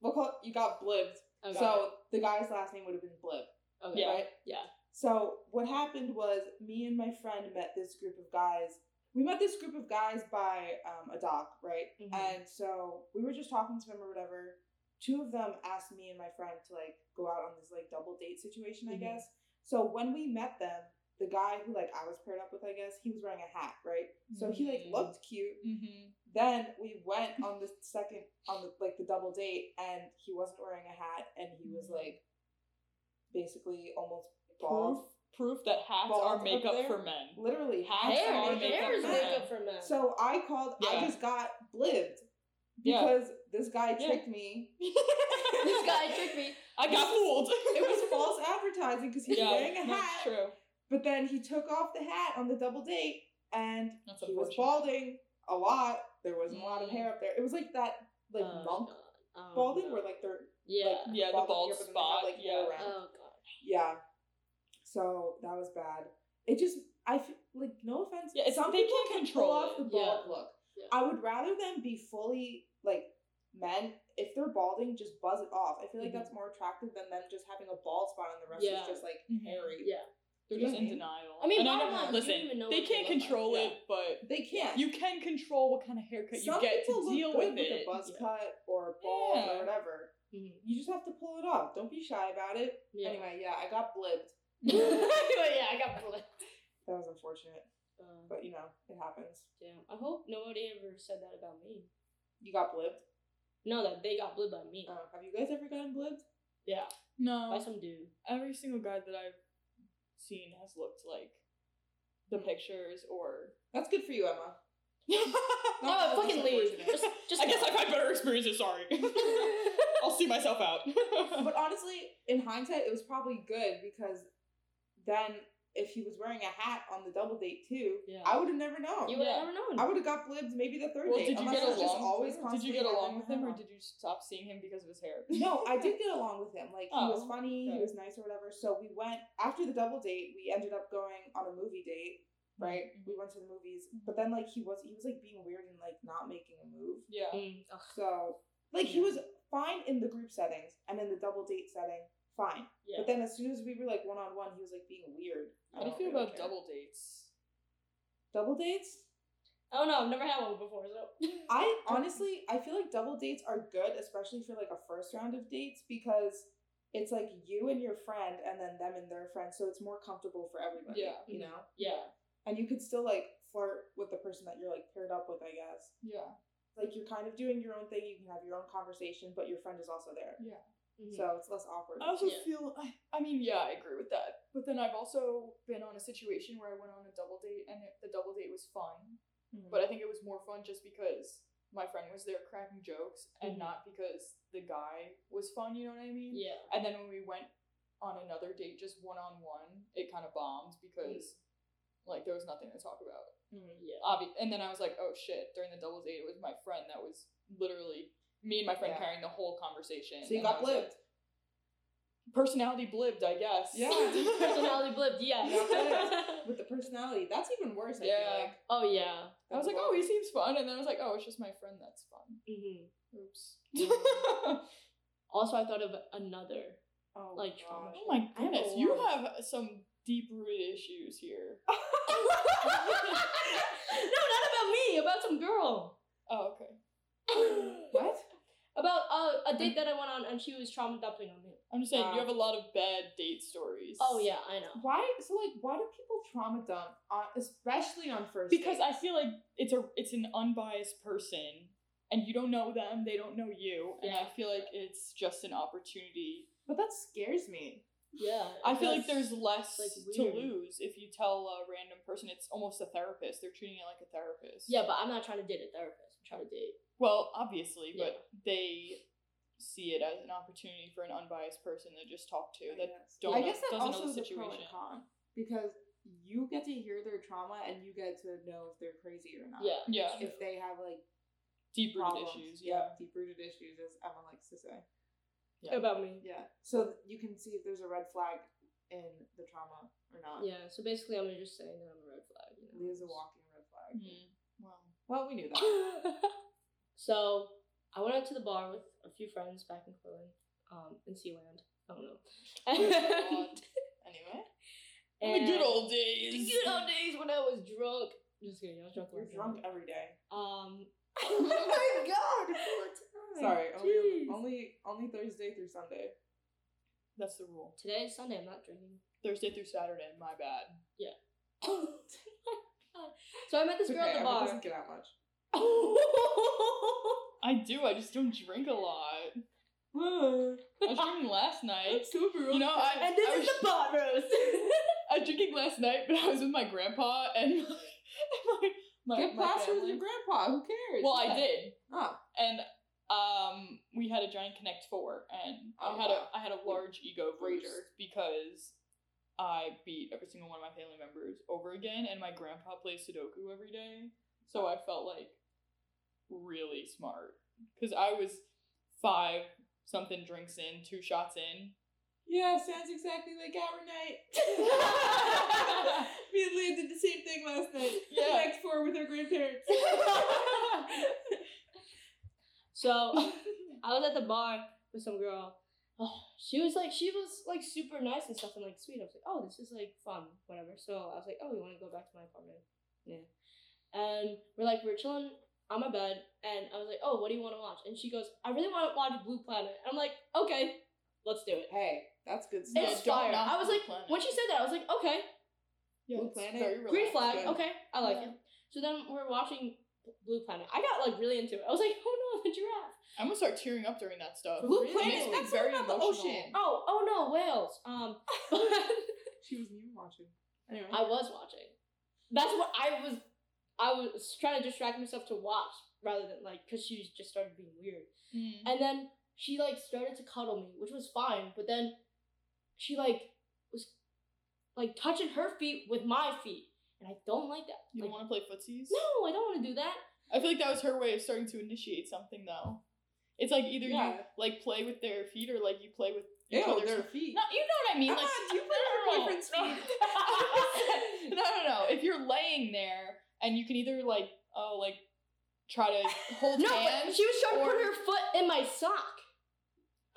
Speaker 1: We'll call it, you got blibbed.
Speaker 3: okay.
Speaker 1: So, the guy's last name would have been Blib.
Speaker 3: okay.
Speaker 2: Yeah.
Speaker 1: right?
Speaker 3: yeah.
Speaker 1: So what happened was me and my friend met this group of guys. We met this group of guys by um, a doc, right?
Speaker 3: Mhm.
Speaker 1: And so we were just talking to them or whatever. Two of them asked me and my friend to like go out on this like double date situation, I
Speaker 3: Mhm.
Speaker 1: guess. So when we met them, the guy who like I was paired up with, I guess, he was wearing a hat, right? So he like
Speaker 3: Mhm.
Speaker 1: looked cute.
Speaker 2: Mm-hmm.
Speaker 1: Then we
Speaker 2: (laughs)
Speaker 1: went on the second on the like the double date and he wasn't wearing a hat and he
Speaker 2: Mm-hmm.
Speaker 1: was like basically almost bald
Speaker 2: Proof proof that hats
Speaker 1: Balls
Speaker 2: are
Speaker 1: up
Speaker 2: makeup
Speaker 1: there?
Speaker 2: for men.
Speaker 1: literally
Speaker 2: Hair,
Speaker 1: hats
Speaker 2: Hair,
Speaker 1: are
Speaker 2: makeup hair is
Speaker 1: for
Speaker 2: makeup.
Speaker 1: men.
Speaker 3: for men.
Speaker 1: So I called. I
Speaker 2: Yeah.
Speaker 1: just got blibbed
Speaker 2: Yeah.
Speaker 1: because this guy
Speaker 2: Yeah. (laughs)
Speaker 1: tricked me.
Speaker 3: (laughs) this guy tricked
Speaker 1: (laughs)
Speaker 3: me.
Speaker 2: I got fooled.
Speaker 1: It
Speaker 2: (laughs)
Speaker 1: was false advertising because he's
Speaker 2: Yeah,
Speaker 1: wearing a
Speaker 2: that's
Speaker 1: hat,
Speaker 2: true.
Speaker 1: but then he took off the hat on the double date, and
Speaker 2: That's
Speaker 1: he was
Speaker 2: unfortunate.
Speaker 1: balding a lot. There wasn't a lot of
Speaker 2: Mm. Uh,
Speaker 1: hair up there. It was like that, like
Speaker 3: Oh,
Speaker 1: monk
Speaker 3: God. Oh,
Speaker 1: balding,
Speaker 3: no.
Speaker 1: where like they're
Speaker 3: yeah.
Speaker 1: like,
Speaker 2: Yeah, the
Speaker 1: bald up
Speaker 2: bald
Speaker 1: here, but then they have,
Speaker 2: spot,
Speaker 1: like, hair
Speaker 2: yeah.
Speaker 1: around.
Speaker 3: oh god.
Speaker 1: yeah. So that was bad. It just I feel, like no offense.
Speaker 2: Yeah, it's-
Speaker 1: some
Speaker 2: they
Speaker 1: people
Speaker 2: can't
Speaker 1: can
Speaker 2: control
Speaker 1: pull off
Speaker 2: it.
Speaker 1: the bald
Speaker 3: Yeah.
Speaker 1: look.
Speaker 3: Yeah.
Speaker 1: I would rather them be fully like men. If they're balding, just buzz it off. I feel like
Speaker 2: Mm-hmm.
Speaker 3: Mhm.
Speaker 1: that's more attractive than them just having a bald spot and the rest
Speaker 3: Yeah.
Speaker 1: is just like
Speaker 2: Mhm.
Speaker 1: hairy.
Speaker 3: Yeah.
Speaker 2: They're
Speaker 1: You know
Speaker 2: just
Speaker 1: what I
Speaker 2: in
Speaker 1: mean?
Speaker 2: denial.
Speaker 3: I mean,
Speaker 2: And
Speaker 3: bottom
Speaker 2: don't-
Speaker 3: line, you
Speaker 2: listen,
Speaker 3: don't even know
Speaker 2: they
Speaker 3: what they
Speaker 2: can't
Speaker 3: look like.
Speaker 2: control
Speaker 3: Yeah.
Speaker 2: it, but
Speaker 1: They can't.
Speaker 2: you can control what kind of haircut you
Speaker 1: Some
Speaker 2: get
Speaker 1: people
Speaker 2: to
Speaker 1: look
Speaker 2: deal
Speaker 1: good
Speaker 2: with,
Speaker 1: with
Speaker 2: it.
Speaker 1: a buzz cut or bald
Speaker 2: Yeah.
Speaker 1: or whatever.
Speaker 3: Mhm.
Speaker 1: You just have to pull it off. Don't be shy about it.
Speaker 3: Yeah.
Speaker 1: Anyway, yeah, I got blipped.
Speaker 3: (laughs) Anyway, yeah, I
Speaker 1: (laughs)
Speaker 3: got bullet.
Speaker 1: That was unfortunate,
Speaker 3: Uh,
Speaker 1: but you know it happens.
Speaker 3: damn. I hope nobody ever said that about me.
Speaker 1: You got blipped.
Speaker 3: No, that they got bullied by me.
Speaker 1: Uh, oh. have you guys ever gotten blipped?
Speaker 3: yeah. By
Speaker 2: no,
Speaker 3: some dude.
Speaker 2: every single guy that I've seen has looked like the pictures
Speaker 1: (laughs)
Speaker 2: or.
Speaker 1: That's good for you, Emma.
Speaker 2: (laughs) I
Speaker 3: No,
Speaker 1: that's
Speaker 3: fucking leave.
Speaker 1: unfortunate.
Speaker 3: Just, just.
Speaker 2: guess
Speaker 3: go.
Speaker 2: I've had better experiences.
Speaker 1: (laughs)
Speaker 2: Sorry, (laughs) I'll see myself out. (laughs)
Speaker 1: But honestly, in hindsight, it was probably good because then if he was wearing a hat on the double date too,
Speaker 3: Yeah.
Speaker 1: I would have never known.
Speaker 3: You would
Speaker 2: Yeah.
Speaker 3: have never known.
Speaker 1: I would have got blibbed maybe the third
Speaker 2: well,
Speaker 1: date.
Speaker 2: did you
Speaker 1: unless
Speaker 2: get
Speaker 1: I was
Speaker 2: along?
Speaker 1: Just always
Speaker 2: did you
Speaker 1: constantly
Speaker 2: get along
Speaker 1: having
Speaker 2: with him,
Speaker 1: a
Speaker 2: or
Speaker 1: hat
Speaker 2: did you stop seeing him because of his hair?
Speaker 1: on. (laughs) No, I did get along with him. Like he was
Speaker 2: Oh,
Speaker 1: funny, he
Speaker 2: okay.
Speaker 1: was nice or whatever. So we went after the double date. We ended up going on a movie date, right?
Speaker 2: Mhm.
Speaker 1: We went to the movies, but then like he was he was like being weird and like not making a move.
Speaker 2: (laughs) Yeah.
Speaker 3: Mm, ugh.
Speaker 1: So like he
Speaker 3: Yeah.
Speaker 1: was fine in the group settings and in the double date setting, fine.
Speaker 3: Yeah.
Speaker 1: But then as soon as we were like one on one, he was like being weird.
Speaker 2: How do you
Speaker 1: don't
Speaker 2: feel
Speaker 1: really
Speaker 2: about
Speaker 1: care.
Speaker 2: double dates?
Speaker 1: double dates?
Speaker 3: I don't know. Oh I've never had one before, so.
Speaker 1: I honestly, I feel like double dates are good, especially for like a first round of dates because it's like you and your friend, and then them and their friend, so it's more comfortable for everybody.
Speaker 2: Yeah. Mm-hmm.
Speaker 1: you know,
Speaker 3: Yeah.
Speaker 1: and you could still like flirt with the person that you're like paired up with. I guess
Speaker 2: Yeah.
Speaker 1: like you're kind of doing your own thing. You can have your own conversation, but your friend is also there,
Speaker 2: Yeah.
Speaker 3: Mm-hmm.
Speaker 1: so it's less awkward.
Speaker 2: I Mm-hmm. also
Speaker 3: Yeah.
Speaker 2: feel, I, I mean, yeah, I agree with that. But then I've also been on a situation where I went on a double date and it, the double date was fine.
Speaker 3: Mm-hmm.
Speaker 1: Mhm.
Speaker 2: But I think it was more fun just because my friend was there cracking jokes and
Speaker 1: Mm-hmm.
Speaker 3: Mhm.
Speaker 2: not because the guy was fun, you know what I mean?
Speaker 3: yeah.
Speaker 2: And then when we went on another date, just one on one, it kind of bombed because,
Speaker 1: Mm.
Speaker 2: like, there was nothing to talk about.
Speaker 1: Mhm.
Speaker 3: Yeah.
Speaker 2: Obvi- and then I was like, oh shit, during the double date, it was my friend that was literally me and my friend
Speaker 1: Yeah.
Speaker 2: carrying the whole conversation.
Speaker 1: so you
Speaker 2: and I
Speaker 1: got
Speaker 2: was like,
Speaker 1: blipped.
Speaker 2: personality blibbed, I guess. (laughs)
Speaker 1: Yeah.
Speaker 3: Personality blip. Yeah.
Speaker 1: Yeah. with the personality. That's even worse. I
Speaker 2: Yeah.
Speaker 1: feel like.
Speaker 3: oh yeah.
Speaker 2: I was like, oh, he seems fun, and then I was like, oh, it's just my friend that's fun.
Speaker 3: hmm
Speaker 1: (laughs)
Speaker 2: Oops.
Speaker 3: Yeah. Also, I thought of another. (laughs)
Speaker 1: oh,
Speaker 3: like,
Speaker 1: gosh.
Speaker 3: trauma.
Speaker 2: oh (laughs) my
Speaker 3: I have a
Speaker 2: goodness, you
Speaker 3: lot.
Speaker 2: have some deep rooted issues here.
Speaker 3: no, not
Speaker 2: (laughs)
Speaker 3: about me. About some girl.
Speaker 2: Oh, okay.
Speaker 1: What?
Speaker 3: About uh, a a date that I went on, and she was trauma dumping on me.
Speaker 2: I'm just saying
Speaker 1: Wow.
Speaker 2: you have a lot of bad date stories.
Speaker 3: Oh yeah, I know.
Speaker 1: Why? So like, why do people trauma dump on, especially on first?
Speaker 2: Because I
Speaker 1: dates?
Speaker 2: feel like it's a it's an unbiased person and you don't know them, they don't know you, and I
Speaker 3: Yeah.
Speaker 2: feel like it's just an opportunity.
Speaker 1: but that scares me.
Speaker 3: Yeah.
Speaker 2: I feel like
Speaker 3: that's-
Speaker 2: there's less
Speaker 3: like,
Speaker 2: to
Speaker 3: weird.
Speaker 2: lose if you tell a random person it's almost a therapist. They're treating it like a therapist.
Speaker 3: Yeah, but I'm not trying to date a therapist. I'm trying to date.
Speaker 2: Well, obviously, but they see it as an opportunity for an unbiased person to just talk to. That don't
Speaker 1: I
Speaker 2: know-
Speaker 1: guess that
Speaker 2: doesn't know
Speaker 1: also
Speaker 2: the
Speaker 1: is a pro and
Speaker 2: situation.
Speaker 1: con because you get to hear their trauma and you get to know if they're crazy
Speaker 2: Oh.
Speaker 1: or not.
Speaker 3: Yeah.
Speaker 2: yeah,
Speaker 3: True.
Speaker 1: If they have like
Speaker 2: deep rooted
Speaker 1: problems,
Speaker 2: issues. Yeah.
Speaker 1: deep rooted issues, as Emma likes to say.
Speaker 2: Yeah.
Speaker 3: About me.
Speaker 1: Yeah. So you can see if there's a red flag in the trauma or not.
Speaker 3: Yeah. So basically, I'm just saying that I'm a red flag. You know?
Speaker 1: Leah's a walking red flag.
Speaker 2: Mhm. (laughs)
Speaker 1: Well, well, we knew that.
Speaker 3: (laughs) so I went out to the bar with a few friends back in Portland, um, in Sealand. I don't know.
Speaker 2: God. Anyway, In the good old
Speaker 3: the
Speaker 2: days.
Speaker 3: good
Speaker 2: (laughs)
Speaker 3: old days when I was drunk. Just kidding, I was drunk.
Speaker 1: We're
Speaker 3: last
Speaker 1: drunk
Speaker 3: night.
Speaker 1: every day.
Speaker 2: (laughs)
Speaker 3: Um.
Speaker 1: (laughs)
Speaker 3: (laughs)
Speaker 1: Oh my God.
Speaker 3: Poor time.
Speaker 1: Sorry, only,
Speaker 3: Jeez.
Speaker 1: only only Thursday through Sunday.
Speaker 2: That's the rule.
Speaker 3: Today is Sunday. I'm not
Speaker 2: (laughs)
Speaker 3: drinking. (laughs)
Speaker 2: Thursday through Saturday. My bad.
Speaker 3: so I met this
Speaker 1: It's
Speaker 3: girl at
Speaker 1: okay,
Speaker 3: the
Speaker 1: Emma
Speaker 3: bar. (laughs)
Speaker 1: doesn't get out (sighs) much.
Speaker 2: I do. I just don't drink a lot. I was
Speaker 3: (laughs)
Speaker 2: drinking last night. You know, I,
Speaker 3: and this
Speaker 2: I,
Speaker 3: is
Speaker 2: was,
Speaker 3: the pot roast.
Speaker 2: (laughs) I was drinking last night, but I was with my grandpa and (laughs) my my, my,
Speaker 1: Get
Speaker 2: my
Speaker 1: plastered with
Speaker 2: family.
Speaker 1: your grandpa. Who cares?
Speaker 2: Well, I
Speaker 1: Yeah.
Speaker 2: did,
Speaker 1: Oh,
Speaker 2: and um, we had a giant Connect Four, and
Speaker 1: Oh,
Speaker 2: I had
Speaker 1: wow.
Speaker 2: a I had a large ego
Speaker 1: Boost.
Speaker 2: breeder because I beat every single one of my family members over again, and my grandpa plays Sudoku every day, so I felt like really smart because I was five something drinks in, two shots in.
Speaker 1: yeah, sounds exactly like our (laughs) night. Me and Leah did the same thing last night. (laughs)
Speaker 2: Yeah.
Speaker 1: Next four with our grandparents.
Speaker 3: (laughs) so I was at the bar with some girl. Oh, she was like, she was like super nice and stuff and like sweet. I was like, oh, this is like fun, whatever. So I was like, oh, you want to go back to my apartment? Yeah. And we're like, we're chilling on my bed, and I was like, oh, what do you want to watch? And she goes, I really want to watch Blue Planet. And I'm like, okay, let's do it.
Speaker 1: hey, that's good
Speaker 2: Yeah,
Speaker 3: It's
Speaker 1: stuff.
Speaker 2: don't
Speaker 3: fire.
Speaker 2: knock
Speaker 3: I was
Speaker 2: Blue
Speaker 3: like,
Speaker 2: Planet.
Speaker 3: when she said that, I was like, okay,
Speaker 2: Yeah,
Speaker 1: Blue
Speaker 2: it's
Speaker 1: Planet?
Speaker 2: very
Speaker 3: green
Speaker 2: relaxed.
Speaker 1: good.
Speaker 3: flag. Okay, I like
Speaker 2: Yeah.
Speaker 3: it. So then we're watching Blue Planet. I got like really into it. I was like, (laughs) oh no, the giraffe.
Speaker 2: I'm gonna start tearing up during that stuff.
Speaker 1: Blue
Speaker 3: Really?
Speaker 1: Planet.
Speaker 2: Makes me
Speaker 1: That's
Speaker 2: very
Speaker 1: not about the
Speaker 2: emotional.
Speaker 1: ocean.
Speaker 3: Oh, oh no, whales. Um, (laughs) but
Speaker 1: She was new watching. Anyway.
Speaker 3: I was watching. That's what I was. I was trying to distract myself to watch rather than like because she just started being weird.
Speaker 2: Mm.
Speaker 3: And then she like started to cuddle me, which was fine. But then she like was like touching her feet with my feet, and I don't like that.
Speaker 2: You
Speaker 3: Like,
Speaker 2: don't want to play footsies?
Speaker 3: no, I don't want to do that.
Speaker 2: I feel like that was her way of starting to initiate something, though. It's like either you
Speaker 1: Yeah.
Speaker 2: like play with their feet or like you play with each
Speaker 1: Ew,
Speaker 2: other's.
Speaker 1: their feet.
Speaker 2: No, you know what I mean.
Speaker 1: Come
Speaker 2: Like
Speaker 1: on, you
Speaker 2: (laughs)
Speaker 1: play with your boyfriend's
Speaker 3: (laughs)
Speaker 2: feet. no, no, no. If you're laying there and you can either like oh like try to hold
Speaker 3: (laughs) No, but
Speaker 2: hands.
Speaker 3: she was trying to put
Speaker 2: or-
Speaker 3: her foot in my sock.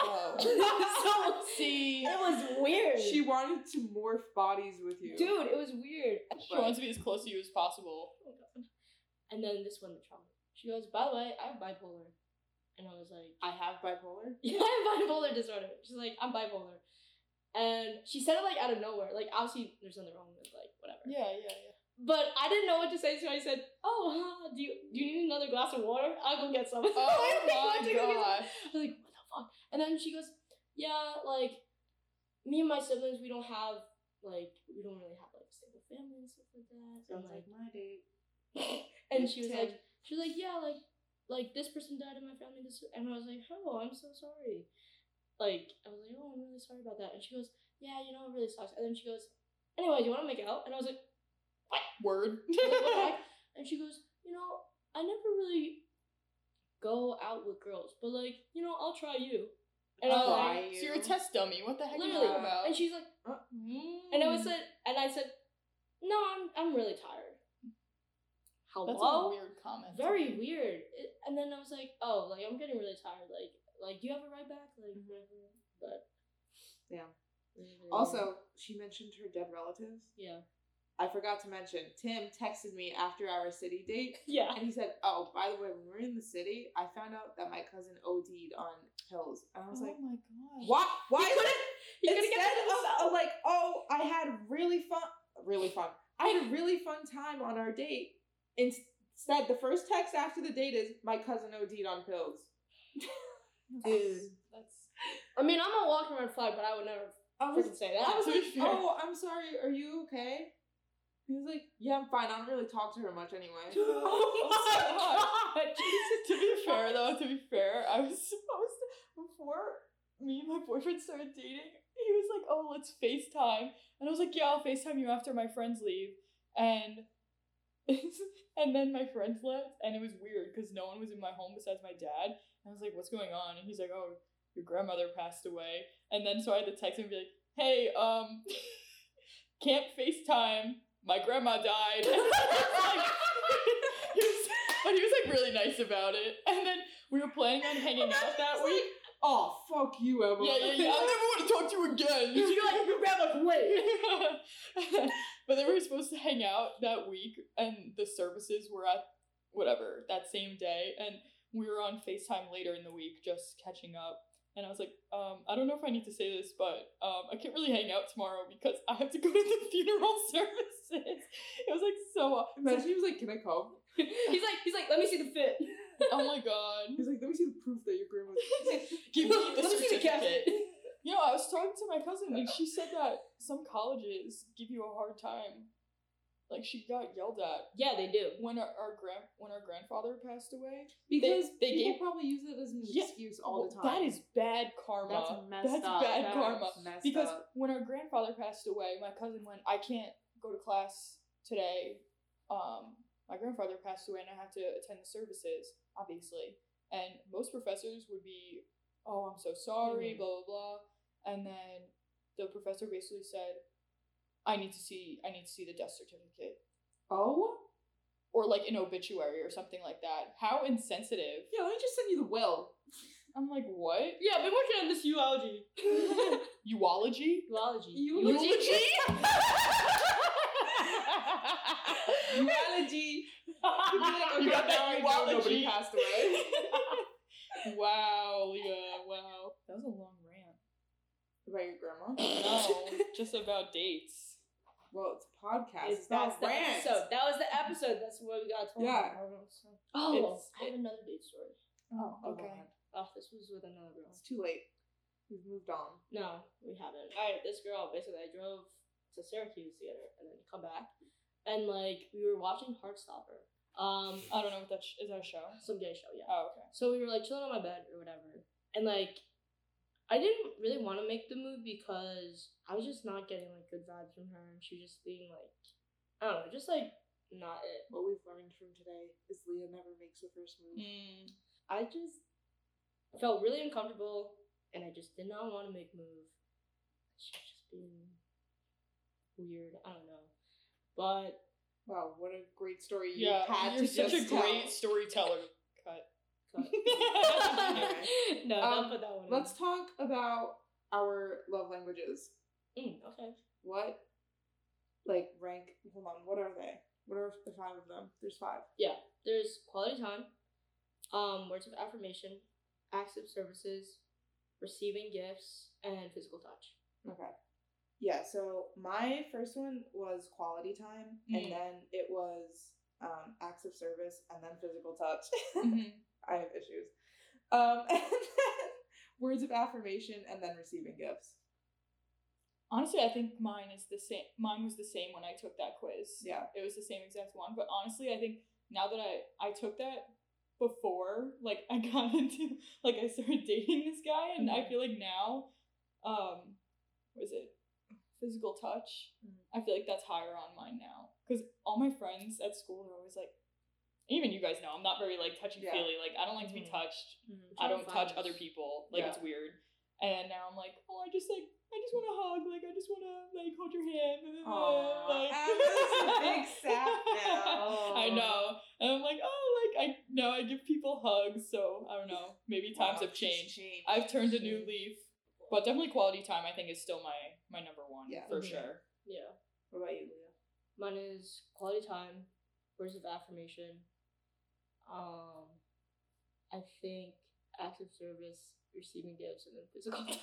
Speaker 1: Oh.
Speaker 3: so (laughs)
Speaker 2: See,
Speaker 3: it was weird.
Speaker 1: She wanted to morph bodies with you.
Speaker 3: Dude, it was weird.
Speaker 2: she wants to be as close to you as possible.
Speaker 3: And then this one, the trauma. She goes, by the way, I have bipolar. And I was like,
Speaker 1: I have bipolar.
Speaker 3: (laughs) yeah, I have bipolar disorder. She's like, I'm bipolar. And she said it like out of nowhere. Like, obviously, there's nothing wrong with like whatever.
Speaker 2: Yeah, yeah,
Speaker 3: But I didn't know what to say, so I said, oh, huh, do you, do you need another glass of water? I'll go get
Speaker 2: yeah.
Speaker 3: some. (laughs)
Speaker 2: (laughs) Oh
Speaker 3: I
Speaker 2: my
Speaker 3: went to go get some.
Speaker 2: gosh.
Speaker 3: I was like, what the fuck? And then she goes, yeah, like, me and my siblings, we don't have, like, we don't really have, like, stable family and stuff like that. And, like,
Speaker 1: my date.
Speaker 3: (laughs) and
Speaker 1: With
Speaker 3: she was
Speaker 1: Tim.
Speaker 3: like, she was like, yeah, like, like this person died in my family. This, and I was like, oh, I'm so sorry. Like, I was like, oh, I'm really sorry about that. And she goes, yeah, you know, it really sucks. And then she goes, anyway, do you want to make out? And I was like,
Speaker 2: Word.
Speaker 3: what the
Speaker 2: (laughs)
Speaker 3: heck? And she goes, you know, I never really go out with girls, but like, you know, I'll try you. And I was
Speaker 2: Oh,
Speaker 3: like,
Speaker 1: Try
Speaker 2: so you're a
Speaker 1: you.
Speaker 2: test dummy. What the heck are you
Speaker 3: Literally.
Speaker 2: talking about?
Speaker 3: and she's like, and I was said, and I said, no, I'm, I'm really tired. Hello.
Speaker 2: That's a weird comment.
Speaker 3: very weird. It, and then I was like, oh, like I'm getting really tired. Like, like do you have a ride back? Like, whatever. But
Speaker 1: Yeah. Mm.
Speaker 3: Mm,
Speaker 1: Also, she mentioned her dead relatives,
Speaker 3: yeah, (laughs)
Speaker 1: I forgot to mention, Tim texted me after our city date
Speaker 3: Yeah.
Speaker 1: and he said, Oh, by the way, when we were in the city, I found out that my cousin OD'd on pills. And I was like,
Speaker 2: Oh my god.
Speaker 1: Why why couldn't
Speaker 3: You could
Speaker 1: instead
Speaker 3: have kept it
Speaker 1: of
Speaker 3: himself.
Speaker 1: uh, like, oh, I had really fun, really fun. I
Speaker 2: (laughs)
Speaker 1: had a really fun time on our date. Instead, the first text after the date is my cousin OD'd on pills.
Speaker 3: Dude.
Speaker 2: That's
Speaker 3: I mean, I'm a walking red flag, but I would never
Speaker 1: I
Speaker 2: (laughs)
Speaker 1: was,
Speaker 3: freaking say that.
Speaker 1: I was like,
Speaker 2: Sure.
Speaker 3: (laughs)
Speaker 1: oh, I'm sorry. Are you okay? He was like, yeah, I'm fine. I don't really talk to her much
Speaker 2: (laughs)
Speaker 1: anyway.
Speaker 2: oh
Speaker 3: oh my god!
Speaker 2: to be fair though, to be fair, I was supposed to before me and my boyfriend started dating, he was like, Oh, let's FaceTime. And I was like, Yeah, I'll FaceTime you after my friends leave. And (laughs) and then my friends left and it was weird because no one was in my home besides my dad. And I was like, What's going on? And he's like, Oh, your grandmother passed away. And then so I had to text him and be like, Hey, um, (laughs) can't FaceTime. My grandma died. (laughs) Like, he was, but he was like really nice about it. And then we were planning on hanging out that
Speaker 1: It's
Speaker 2: week.
Speaker 1: like, oh, fuck you, Emma.
Speaker 2: Yeah, yeah, yeah. I never want to talk to you again.
Speaker 3: You're like, your grandma's wait.
Speaker 2: (laughs) but then we were supposed to hang out that week, and the services were at whatever that same day, and we were on Facetime later in the week, just catching up. And I was like, um, I don't know if I need to say this, but um, I can't really hang out tomorrow because I have to go to the (laughs) funeral services. It was like so.
Speaker 1: (laughs) Imagine he was like, can I come?
Speaker 3: He's like, he's like, let me see the fit.
Speaker 2: (laughs) Oh my god.
Speaker 1: He's like, let me see the proof that your grandma's.
Speaker 2: (laughs) Give me the
Speaker 3: (laughs) Let me see the
Speaker 2: certificate.
Speaker 3: casket.
Speaker 2: You know, I was talking to my cousin, and she said that some colleges give you a hard time. Like she got yelled at
Speaker 3: (laughs) Yeah, they do.
Speaker 2: when our, our grand when our grandfather passed away.
Speaker 1: because
Speaker 2: they
Speaker 1: people
Speaker 2: gave-
Speaker 1: probably use it as an
Speaker 2: Yeah,
Speaker 1: excuse all the
Speaker 2: Well,
Speaker 1: time.
Speaker 2: That is bad karma.
Speaker 1: That's
Speaker 2: That's
Speaker 1: messed up.
Speaker 2: bad
Speaker 1: That's
Speaker 2: karma.
Speaker 1: messed
Speaker 2: because
Speaker 1: up.
Speaker 2: when our grandfather passed away, my cousin went, I can't go to class today. Um, my grandfather passed away and I have to attend the services, obviously. And most professors would be, oh, I'm so sorry,
Speaker 3: Mhm.
Speaker 2: blah, blah,
Speaker 1: Mm-hmm.
Speaker 2: blah. And then the professor basically said, I need to see, I need to see the death certificate
Speaker 1: oh
Speaker 2: or like an obituary or something like that. How insensitive.
Speaker 1: yeah, let me just send you the will.
Speaker 2: I'm like, what?
Speaker 3: Yeah, I've been working on this eulogy. (laughs)
Speaker 2: Eulogy?
Speaker 3: Eulogy.
Speaker 1: Eulogy?
Speaker 2: (laughs)
Speaker 1: (laughs) Eulogy. You'd be like,
Speaker 2: You
Speaker 1: okay,
Speaker 2: got that
Speaker 1: now I know
Speaker 2: eulogy.
Speaker 1: Nobody passed away.
Speaker 2: (laughs)
Speaker 1: (laughs)
Speaker 2: wow, Leah, wow. That was a long rant.
Speaker 1: About your grandma?
Speaker 2: No,
Speaker 1: (laughs)
Speaker 2: just about dates.
Speaker 1: Well, it's a podcast. It's,
Speaker 3: It's, that's
Speaker 1: not
Speaker 3: the
Speaker 1: rant.
Speaker 3: episode. That was the episode. That's what we got told.
Speaker 1: Yeah.
Speaker 3: Oh,
Speaker 2: It's-
Speaker 3: I have another date story.
Speaker 2: Oh,
Speaker 1: God.
Speaker 3: Oh, this was with another girl.
Speaker 1: It's too late. We've moved on.
Speaker 3: No, we haven't. All right, this girl basically, I drove to Syracuse to get her, and then come back, and like we were watching Heartstopper, um,
Speaker 2: I don't know what that sh- is. That a show?
Speaker 3: some gay show, yeah.
Speaker 2: Oh, okay.
Speaker 3: So we were like chilling on my bed or whatever, and like I didn't really want to make the move because I was just not getting like good vibes from her, and she was just being like, I don't know, just like not it.
Speaker 1: What we've learned from today is Leah never makes the first move.
Speaker 2: Mm.
Speaker 3: I just felt really uncomfortable and I just did not want to make move. She was just being weird. I don't know. But
Speaker 1: Wow, what a great story you
Speaker 2: Yeah,
Speaker 1: had
Speaker 2: you're
Speaker 1: to
Speaker 2: such a
Speaker 1: just tell.
Speaker 2: great storyteller.
Speaker 1: (laughs)
Speaker 2: Cut.
Speaker 3: cut.
Speaker 1: Anyway.
Speaker 2: (laughs)
Speaker 3: no,
Speaker 2: Uh,
Speaker 1: (laughs) Um,
Speaker 3: don't put that one.
Speaker 1: Let's talk about our love languages.
Speaker 3: in. Mm, okay.
Speaker 1: What, like, rank? Hold on, what are they? What are the five of them? There's five.
Speaker 3: There's quality time, um, words of affirmation, acts of services, receiving gifts, and physical touch.
Speaker 1: Okay. Yeah, so my first one was quality time,
Speaker 2: Mm.
Speaker 1: and then it was um, acts of service, and then physical touch. (laughs)
Speaker 2: Mhm.
Speaker 1: I have issues. Um, (laughs) and then words of affirmation, and then receiving gifts.
Speaker 2: Honestly, I think mine is the same. Mine was the same when I took that quiz.
Speaker 1: Yeah.
Speaker 2: it was the same exact one. But honestly, I think now that I I took that before, like I (laughs) got into like I started dating this guy, and I feel like now, um, was it physical touch?
Speaker 1: Mhm.
Speaker 2: I feel like that's higher on mine now because all my friends at school are always like, even you guys know I'm not very like touchy feely. Like I don't like to be
Speaker 3: Mhm.
Speaker 2: touched. I don't touch other people. Like
Speaker 1: Yeah.
Speaker 2: it's weird. And now I'm like, oh, I just like, I just want to hug. Like I just want to like hold your hand.
Speaker 1: Aw,
Speaker 2: like- (laughs)
Speaker 1: Emma's a big sap now.
Speaker 2: I know. And I'm like, oh, like I now I give people hugs. So I don't know. Maybe times
Speaker 1: Wow,
Speaker 2: have
Speaker 1: she's
Speaker 2: changed. I've turned a new
Speaker 3: Changed.
Speaker 2: leaf. But definitely quality time. I think is still my my number one
Speaker 1: Yeah.
Speaker 2: for
Speaker 3: Mhm.
Speaker 2: sure.
Speaker 3: Yeah.
Speaker 1: What about you, Leah?
Speaker 3: Mine is quality time, words of affirmation. Um, I think active service, receiving gifts, and then physical touch.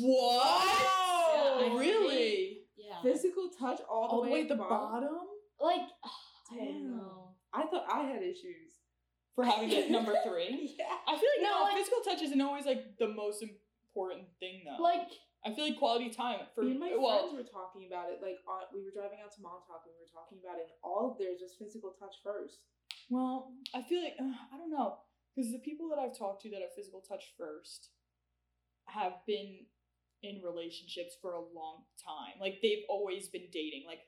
Speaker 2: Whoa!
Speaker 3: Yeah, I
Speaker 2: really?
Speaker 3: Yeah.
Speaker 1: Physical touch all the
Speaker 2: All the way at the
Speaker 1: bottom.
Speaker 2: bottom?
Speaker 3: like, I
Speaker 1: Damn.
Speaker 3: don't know.
Speaker 1: I thought I had issues. (laughs)
Speaker 2: For having it number three?
Speaker 1: Yeah.
Speaker 2: I feel like no,
Speaker 3: No, like-
Speaker 2: physical touch isn't always like the most important thing though.
Speaker 3: Like,
Speaker 2: I feel like quality time for
Speaker 1: Me and my
Speaker 2: well,
Speaker 1: friends were talking about it. Like on, we were driving out to Montauk, and we were talking about it. And all of theirs was physical touch first.
Speaker 2: well, I feel like uh, I don't know because the people that I've talked to that have physical touch first have been in relationships for a long time. Like they've always been dating. Like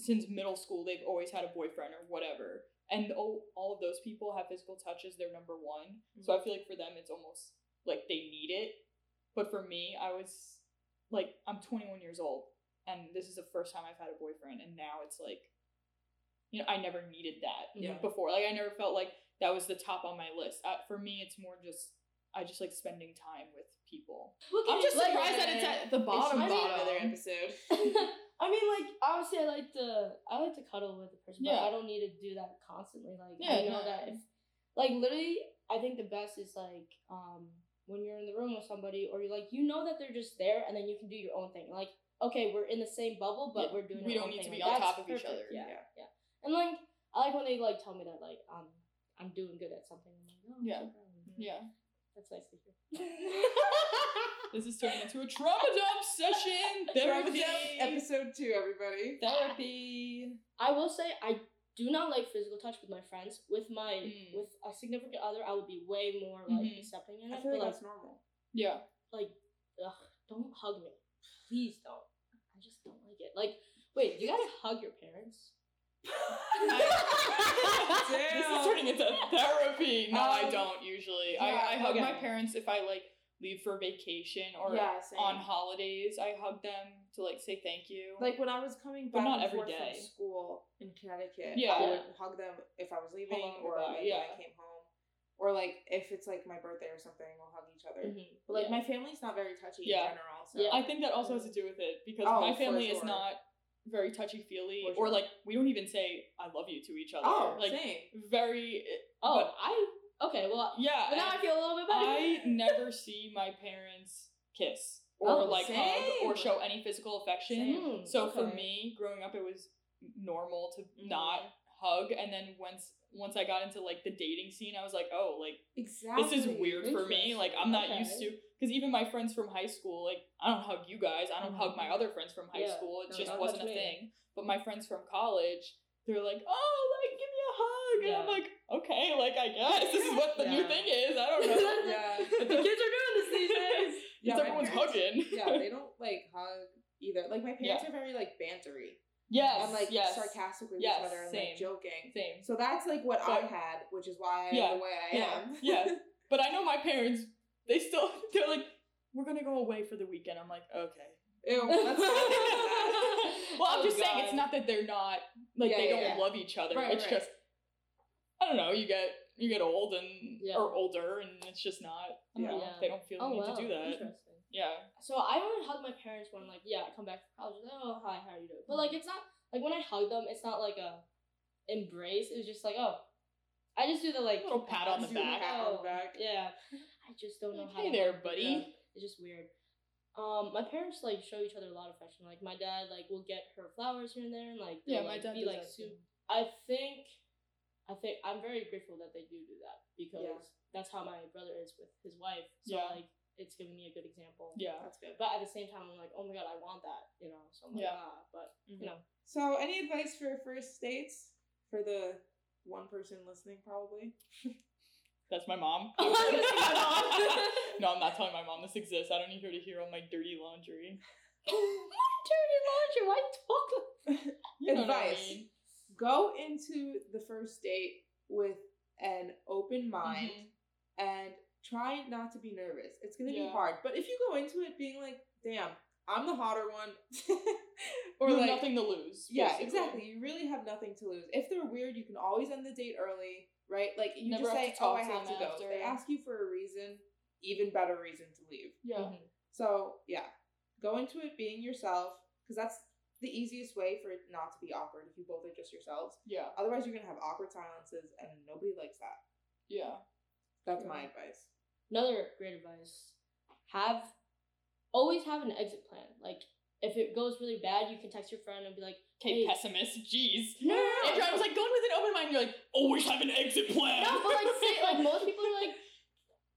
Speaker 2: since middle school, they've always had a boyfriend or whatever. And all, all of those people have physical touch as their number one. So I feel like for them, it's almost like they need it. But for me, I was like, I'm 21 years old, and this is the first time I've had a boyfriend, and now it's like, you know, I never needed that
Speaker 1: Yeah.
Speaker 2: before. Like I never felt like that was the top on my list. Uh, for me, it's more just I just like spending time with people.
Speaker 3: look
Speaker 2: I'm just
Speaker 3: like,
Speaker 2: surprised that it's at the bottom.
Speaker 3: I mean-
Speaker 2: bottom.
Speaker 1: another
Speaker 2: (laughs)
Speaker 1: episode.
Speaker 3: (laughs) I mean, like obviously, I like to I like to cuddle with the person,
Speaker 2: Yeah.
Speaker 3: but I don't need to do that constantly. Like I
Speaker 2: Yeah, no.
Speaker 3: know that if, like literally, I think the best is like um when you're in the room with somebody or you're like you know that they're just there, and then you can do your own thing. Like okay, we're in the same bubble, but
Speaker 2: Yeah,
Speaker 3: we're doing
Speaker 2: we
Speaker 3: our
Speaker 2: don't
Speaker 3: own
Speaker 2: need to be
Speaker 3: thing. Like,
Speaker 2: on
Speaker 3: that's
Speaker 2: top of each
Speaker 3: perfect.
Speaker 2: other.
Speaker 3: Yeah,
Speaker 1: Yeah.
Speaker 3: yeah. And like I like when they like tell me that like um I'm doing good at something. I'm like, oh,
Speaker 2: Yeah.
Speaker 3: okay, um,
Speaker 2: Yeah,
Speaker 3: That's nice to hear.
Speaker 2: (laughs)
Speaker 3: (laughs)
Speaker 2: this is turning into a trauma dump
Speaker 1: (laughs)
Speaker 2: session.
Speaker 1: Drama
Speaker 2: Therapy.
Speaker 1: Dump episode two, everybody.
Speaker 2: Therapy.
Speaker 3: I will say I do not like physical touch with my friends. With my
Speaker 2: Mm.
Speaker 3: with a significant other, I would be way more like
Speaker 2: Mhm.
Speaker 3: accepting in it.
Speaker 1: I feel like
Speaker 3: but,
Speaker 1: that's normal.
Speaker 2: Yeah.
Speaker 3: like, like, ugh, don't hug me, please don't. I just don't like it. Like, wait, do you guys hug your parents?
Speaker 1: (laughs)
Speaker 2: this
Speaker 1: Damn.
Speaker 2: is turning into
Speaker 1: (laughs)
Speaker 2: therapy. No, I
Speaker 1: Um,
Speaker 2: don't usually.
Speaker 1: yeah,
Speaker 2: I, I hug
Speaker 1: okay.
Speaker 2: my parents if I like leave for vacation or
Speaker 1: yeah, same.
Speaker 2: on holidays. I hug them to like say thank you.
Speaker 1: Like when I was coming
Speaker 2: But
Speaker 1: back
Speaker 2: not
Speaker 1: and
Speaker 2: every
Speaker 1: forth
Speaker 2: day.
Speaker 1: from school in Connecticut,
Speaker 2: Yeah.
Speaker 1: I would hug them if I was leaving
Speaker 2: Hello,
Speaker 1: or
Speaker 2: goodbye,
Speaker 1: like when
Speaker 2: yeah.
Speaker 1: I came home. Or like if it's like my birthday or something, we'll hug each other. But like
Speaker 3: Yeah.
Speaker 1: my family's not very touchy
Speaker 2: Mm-hmm. Yeah.
Speaker 1: in general, so
Speaker 3: Yeah.
Speaker 2: I think that also has to do with it because
Speaker 1: Oh,
Speaker 2: my
Speaker 1: for
Speaker 2: family is
Speaker 1: sure.
Speaker 2: not very touchy feely
Speaker 1: For
Speaker 2: or
Speaker 1: sure.
Speaker 2: like we don't even say I love you to each other.
Speaker 1: Oh,
Speaker 2: like
Speaker 1: same.
Speaker 2: very
Speaker 3: oh,
Speaker 2: but-
Speaker 3: I okay. Well,
Speaker 2: yeah.
Speaker 3: but now
Speaker 2: and
Speaker 3: I feel a little bit better. (laughs)
Speaker 2: I never see my parents kiss or
Speaker 3: Oh,
Speaker 2: like hug or
Speaker 1: same.
Speaker 2: show any physical affection.
Speaker 3: Same.
Speaker 2: So for
Speaker 3: Okay. Mm-hmm.
Speaker 2: me, growing up, it was normal to not hug, and then once once I got into like the dating scene, I was like, oh, like
Speaker 1: Exactly.
Speaker 2: this is weird for me.
Speaker 3: Interesting.
Speaker 2: Like I'm not
Speaker 3: Okay.
Speaker 2: used to because even my friends from high school, like I don't hug you guys. I don't hug my other friends from high
Speaker 3: Mm-hmm. Yeah.
Speaker 2: school. It
Speaker 3: No,
Speaker 2: just
Speaker 3: don't
Speaker 2: wasn't a
Speaker 3: touch me.
Speaker 2: thing. But my friends from college. They're like, oh, like give me a hug, and I'm
Speaker 3: Yeah.
Speaker 2: like, okay, like I guess
Speaker 3: (laughs)
Speaker 2: this is what the new
Speaker 3: Yeah.
Speaker 2: thing is. I don't
Speaker 3: (laughs)
Speaker 2: know.
Speaker 1: (laughs) Yeah.
Speaker 2: (laughs)
Speaker 1: (laughs)
Speaker 3: the kids are doing this these days.
Speaker 1: Yeah,
Speaker 2: Just
Speaker 1: my
Speaker 2: everyone's
Speaker 1: parents-
Speaker 2: hugging.
Speaker 1: yeah, they don't like hug either. Like my parents are very like
Speaker 2: (laughs)
Speaker 1: bantery.
Speaker 2: Yes,
Speaker 1: And like
Speaker 2: yes.
Speaker 1: sarcastic with
Speaker 2: Yes,
Speaker 1: each other and
Speaker 2: same.
Speaker 1: like joking.
Speaker 2: Same.
Speaker 1: So that's like what I
Speaker 2: But-
Speaker 1: had, which is why I'm
Speaker 2: Yeah,
Speaker 1: the way I
Speaker 2: yeah, (laughs)
Speaker 1: am. (laughs)
Speaker 2: yeah. But I know my parents. They still. (laughs) They're like, we're gonna go away for the weekend. I'm like, okay.
Speaker 1: Ew, that's not
Speaker 2: (laughs) Well, I'm
Speaker 3: Oh,
Speaker 2: just saying it's
Speaker 3: God.
Speaker 2: not that they're not like
Speaker 1: Yeah,
Speaker 2: they
Speaker 1: yeah,
Speaker 2: don't
Speaker 1: yeah.
Speaker 2: love each other.
Speaker 1: Right,
Speaker 2: it's
Speaker 1: right.
Speaker 2: just I don't know. You get you get old and
Speaker 3: Yeah.
Speaker 2: or older, and it's just not. I don't
Speaker 1: Yeah.
Speaker 2: know.
Speaker 3: Yeah.
Speaker 2: They don't feel the
Speaker 3: (laughs) Oh
Speaker 2: need
Speaker 3: wow,
Speaker 2: to do that.
Speaker 3: interesting.
Speaker 2: Yeah.
Speaker 3: So I only hug my parents when like yeah I come back from college. Like, oh hi, how are you doing? But
Speaker 2: Mm.
Speaker 3: like it's not like when I hug them, it's not like a embrace. It was just like oh, I just do the like
Speaker 2: Little pat on the
Speaker 3: just do
Speaker 2: back.
Speaker 1: Pat on the
Speaker 3: oh,
Speaker 1: back.
Speaker 3: Yeah,
Speaker 2: (laughs)
Speaker 3: I just don't know
Speaker 2: Like,
Speaker 3: how.
Speaker 2: hey
Speaker 3: to
Speaker 2: there,
Speaker 3: hug
Speaker 2: buddy.
Speaker 3: people. It's just weird. Um, my parents like show each other a lot of affection. Like my dad like will get her flowers here and there, and like they'll, like, be like super I think, I think I'm very grateful that they do do that because
Speaker 1: Yeah.
Speaker 3: that's how my brother is with his wife. So
Speaker 2: Yeah.
Speaker 3: like, it's giving me a good example.
Speaker 2: Yeah.
Speaker 1: That's good.
Speaker 3: But at the same time, I'm like, oh my god, I want that, you know. So I'm like,
Speaker 2: Yeah.
Speaker 3: ah, but
Speaker 1: Mhm.
Speaker 3: you know,
Speaker 1: So, any advice for first dates for the one person listening, probably?
Speaker 2: That's my mom. (laughs)
Speaker 3: Oh, that's my
Speaker 1: (laughs)
Speaker 3: mom.
Speaker 2: no, I'm (laughs) not telling my mom this exists. I don't need her to hear all my dirty laundry.
Speaker 3: (laughs) dirty laundry. Why talk? like-
Speaker 2: (laughs) You know what I
Speaker 1: advice:
Speaker 2: mean.
Speaker 1: go into the first date with an open mind and try not to be nervous. It's gonna
Speaker 2: Mm-hmm. Yeah.
Speaker 1: be hard, but if you go into it being like, "Damn, I'm the hotter one," (laughs) or
Speaker 2: you have
Speaker 1: like,
Speaker 2: nothing to lose.
Speaker 1: yeah,
Speaker 2: basically.
Speaker 1: exactly. You really have nothing to lose. If they're weird, you can always end the date early, right? Like you
Speaker 2: Never
Speaker 1: just
Speaker 2: have
Speaker 1: say,
Speaker 2: to
Speaker 1: "Oh,
Speaker 2: talk
Speaker 1: I
Speaker 2: to
Speaker 1: have to
Speaker 2: them
Speaker 1: go." If they
Speaker 2: after.
Speaker 1: ask you for a reason, even better reason to leave.
Speaker 2: Yeah.
Speaker 3: Mhm.
Speaker 1: So yeah, go into it being yourself because that's the easiest way for it not to be awkward if you both are just yourselves.
Speaker 2: Yeah.
Speaker 1: Otherwise, you're gonna have awkward silences, and nobody likes that.
Speaker 2: Yeah.
Speaker 1: That's
Speaker 3: Yeah.
Speaker 1: my advice.
Speaker 3: Another great advice: have always have an exit plan. Like if it goes really bad, you can text your friend and be like,
Speaker 2: Okay,
Speaker 3: Hey.
Speaker 2: pessimist. Jeez.
Speaker 3: No, no, no,
Speaker 2: If I was like going with an open mind, you're like, always have an exit plan.
Speaker 3: (laughs) No, but like,
Speaker 1: (laughs)
Speaker 3: say, like
Speaker 2: (laughs)
Speaker 3: most people are like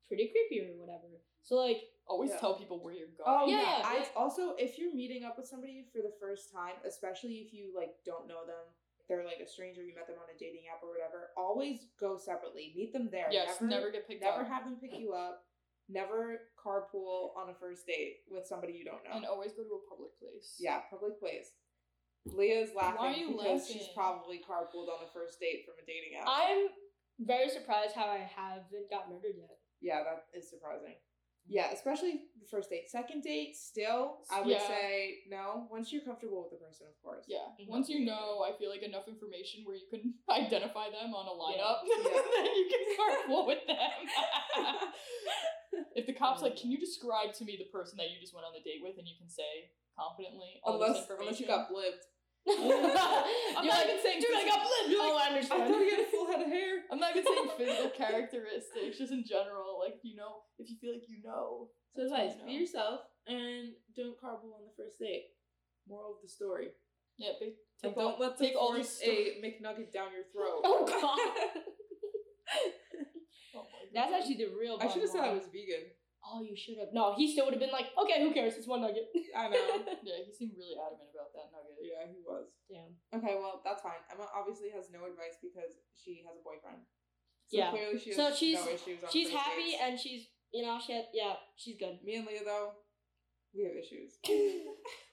Speaker 3: pretty creepy or whatever. So like,
Speaker 2: always
Speaker 1: Yeah.
Speaker 2: tell people where you're going.
Speaker 1: Oh
Speaker 3: Yeah,
Speaker 1: yeah.
Speaker 3: yeah,
Speaker 1: I
Speaker 3: like-
Speaker 1: also if you're meeting up with somebody for the first time, especially if you like don't know them, they're like a stranger, you met them on a dating app or whatever, always go separately. Meet them there.
Speaker 2: Yes, never, get picked up.
Speaker 1: never have them pick you up. Never carpool on a first date with somebody you don't know.
Speaker 2: and always go to a public place.
Speaker 1: Yeah, public place. Leah's laughing
Speaker 2: Why are you
Speaker 1: because she's
Speaker 2: laughing?
Speaker 1: probably carpooled on the first date from a dating app.
Speaker 3: I'm very surprised how I haven't got murdered
Speaker 1: (laughs)
Speaker 3: yet.
Speaker 1: yeah, that is surprising. Yeah, especially the first date. Second date, still, I would
Speaker 2: Yeah.
Speaker 1: say no. Once you're comfortable with the person, of course.
Speaker 2: Yeah.
Speaker 3: Mhm.
Speaker 2: Once you know, I feel like enough information where you can (laughs) identify them on a lineup,
Speaker 1: Yeah.
Speaker 2: (laughs) then you can carpool with them. if the cops like, can you describe to me the person that you just went on the date with, and you can say confidently all
Speaker 1: Unless,
Speaker 2: this information.
Speaker 1: unless you got blipped.
Speaker 3: (laughs)
Speaker 2: I'm not even saying
Speaker 3: dude, I
Speaker 1: (laughs)
Speaker 3: got
Speaker 2: physical-
Speaker 3: blipped.
Speaker 2: You're
Speaker 3: oh,
Speaker 2: like,
Speaker 3: I
Speaker 1: I
Speaker 3: understand.
Speaker 1: thought you had a full head of hair.
Speaker 2: (laughs) I'm not even saying physical characteristics, just in general. Like you know, if you feel like you know,
Speaker 1: So
Speaker 2: that's when
Speaker 1: advice:
Speaker 2: you
Speaker 1: be
Speaker 2: know.
Speaker 1: yourself and don't carpool on the first date. Moral of the story:
Speaker 2: Yeah, big, take
Speaker 1: and
Speaker 2: all,
Speaker 1: don't let them
Speaker 2: take all
Speaker 1: force
Speaker 2: these.
Speaker 1: a (laughs) McNugget down your throat.
Speaker 3: (laughs)
Speaker 1: (laughs)
Speaker 3: Oh god,
Speaker 2: Oh my
Speaker 3: that's
Speaker 2: God.
Speaker 3: actually the real.
Speaker 1: I should have
Speaker 3: bottom
Speaker 1: said I
Speaker 3: line.
Speaker 1: was vegan.
Speaker 3: Oh, you should have. No, he still would have been like, okay, who cares? It's one nugget.
Speaker 1: I
Speaker 2: (laughs)
Speaker 1: know.
Speaker 2: (laughs) Yeah, he seemed really adamant about that nugget.
Speaker 1: yeah, he was.
Speaker 3: Damn.
Speaker 1: Okay, well that's fine. Emma obviously has no advice because she has a boyfriend. So
Speaker 3: Yeah.
Speaker 1: clearly she has
Speaker 3: So she's-
Speaker 1: no issues. On
Speaker 3: She's
Speaker 1: first
Speaker 3: happy
Speaker 1: dates.
Speaker 3: and she's, you know, she had, yeah, she's good.
Speaker 1: me and Leah though, we have issues.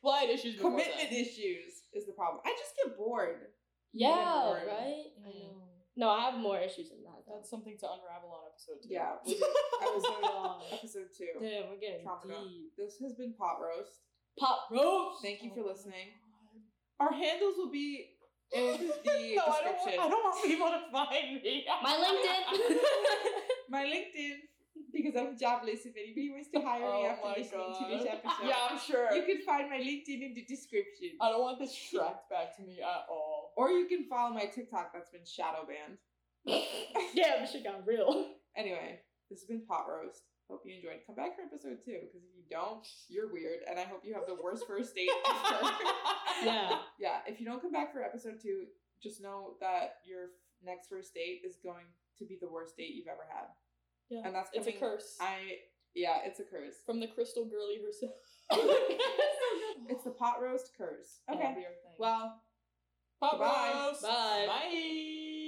Speaker 2: Well, I had issues before
Speaker 1: Commitment
Speaker 2: then.
Speaker 1: issues is the problem. I just get bored.
Speaker 3: Yeah,
Speaker 1: bored.
Speaker 3: right.
Speaker 2: Mm.
Speaker 3: I know. No, I have more issues than that. Though.
Speaker 2: That's something to unravel on episode two.
Speaker 1: Yeah, we
Speaker 2: (laughs)
Speaker 1: did episode episode two.
Speaker 3: (laughs) Damn, we're getting
Speaker 1: Trauma.
Speaker 3: deep.
Speaker 1: This has been pot roast.
Speaker 3: Pop roast.
Speaker 1: Thank you for
Speaker 2: Oh my
Speaker 1: listening.
Speaker 2: God.
Speaker 1: Our handles will be in
Speaker 2: (laughs) No, I
Speaker 1: the
Speaker 2: don't, want,
Speaker 1: description.
Speaker 2: I don't want people to find me.
Speaker 3: My
Speaker 2: (laughs)
Speaker 3: LinkedIn. (laughs)
Speaker 1: My LinkedIn, because I'm jobless. If anybody wants to hire
Speaker 2: Oh
Speaker 1: me after
Speaker 2: my
Speaker 1: listening to
Speaker 2: God.
Speaker 1: this episode,
Speaker 2: yeah, I'm sure.
Speaker 1: you can find my LinkedIn in the description.
Speaker 2: I don't want this tracked back to me at (laughs) all.
Speaker 1: Or you can follow my TikTok that's been shadow banned.
Speaker 3: Damn, shit got real.
Speaker 1: Anyway, this has been Pot Roast. Hope you enjoyed. Come back for episode two, because if you don't, you're weird, and I hope you have the worst first
Speaker 2: (laughs)
Speaker 1: date ever. (laughs)
Speaker 3: Yeah.
Speaker 1: yeah, if you don't come back for episode two, just know that your next first date is going to be the worst date you've ever had.
Speaker 2: Yeah,
Speaker 1: And that's
Speaker 2: It's a
Speaker 1: coming-
Speaker 2: curse.
Speaker 1: I yeah, it's a curse.
Speaker 2: From the crystal girly herself.
Speaker 1: It's the pot roast curse. Okay.
Speaker 2: That'll be our thing.
Speaker 1: Well,
Speaker 2: Pop
Speaker 1: Bye.
Speaker 2: roast.
Speaker 3: Bye.
Speaker 2: Bye.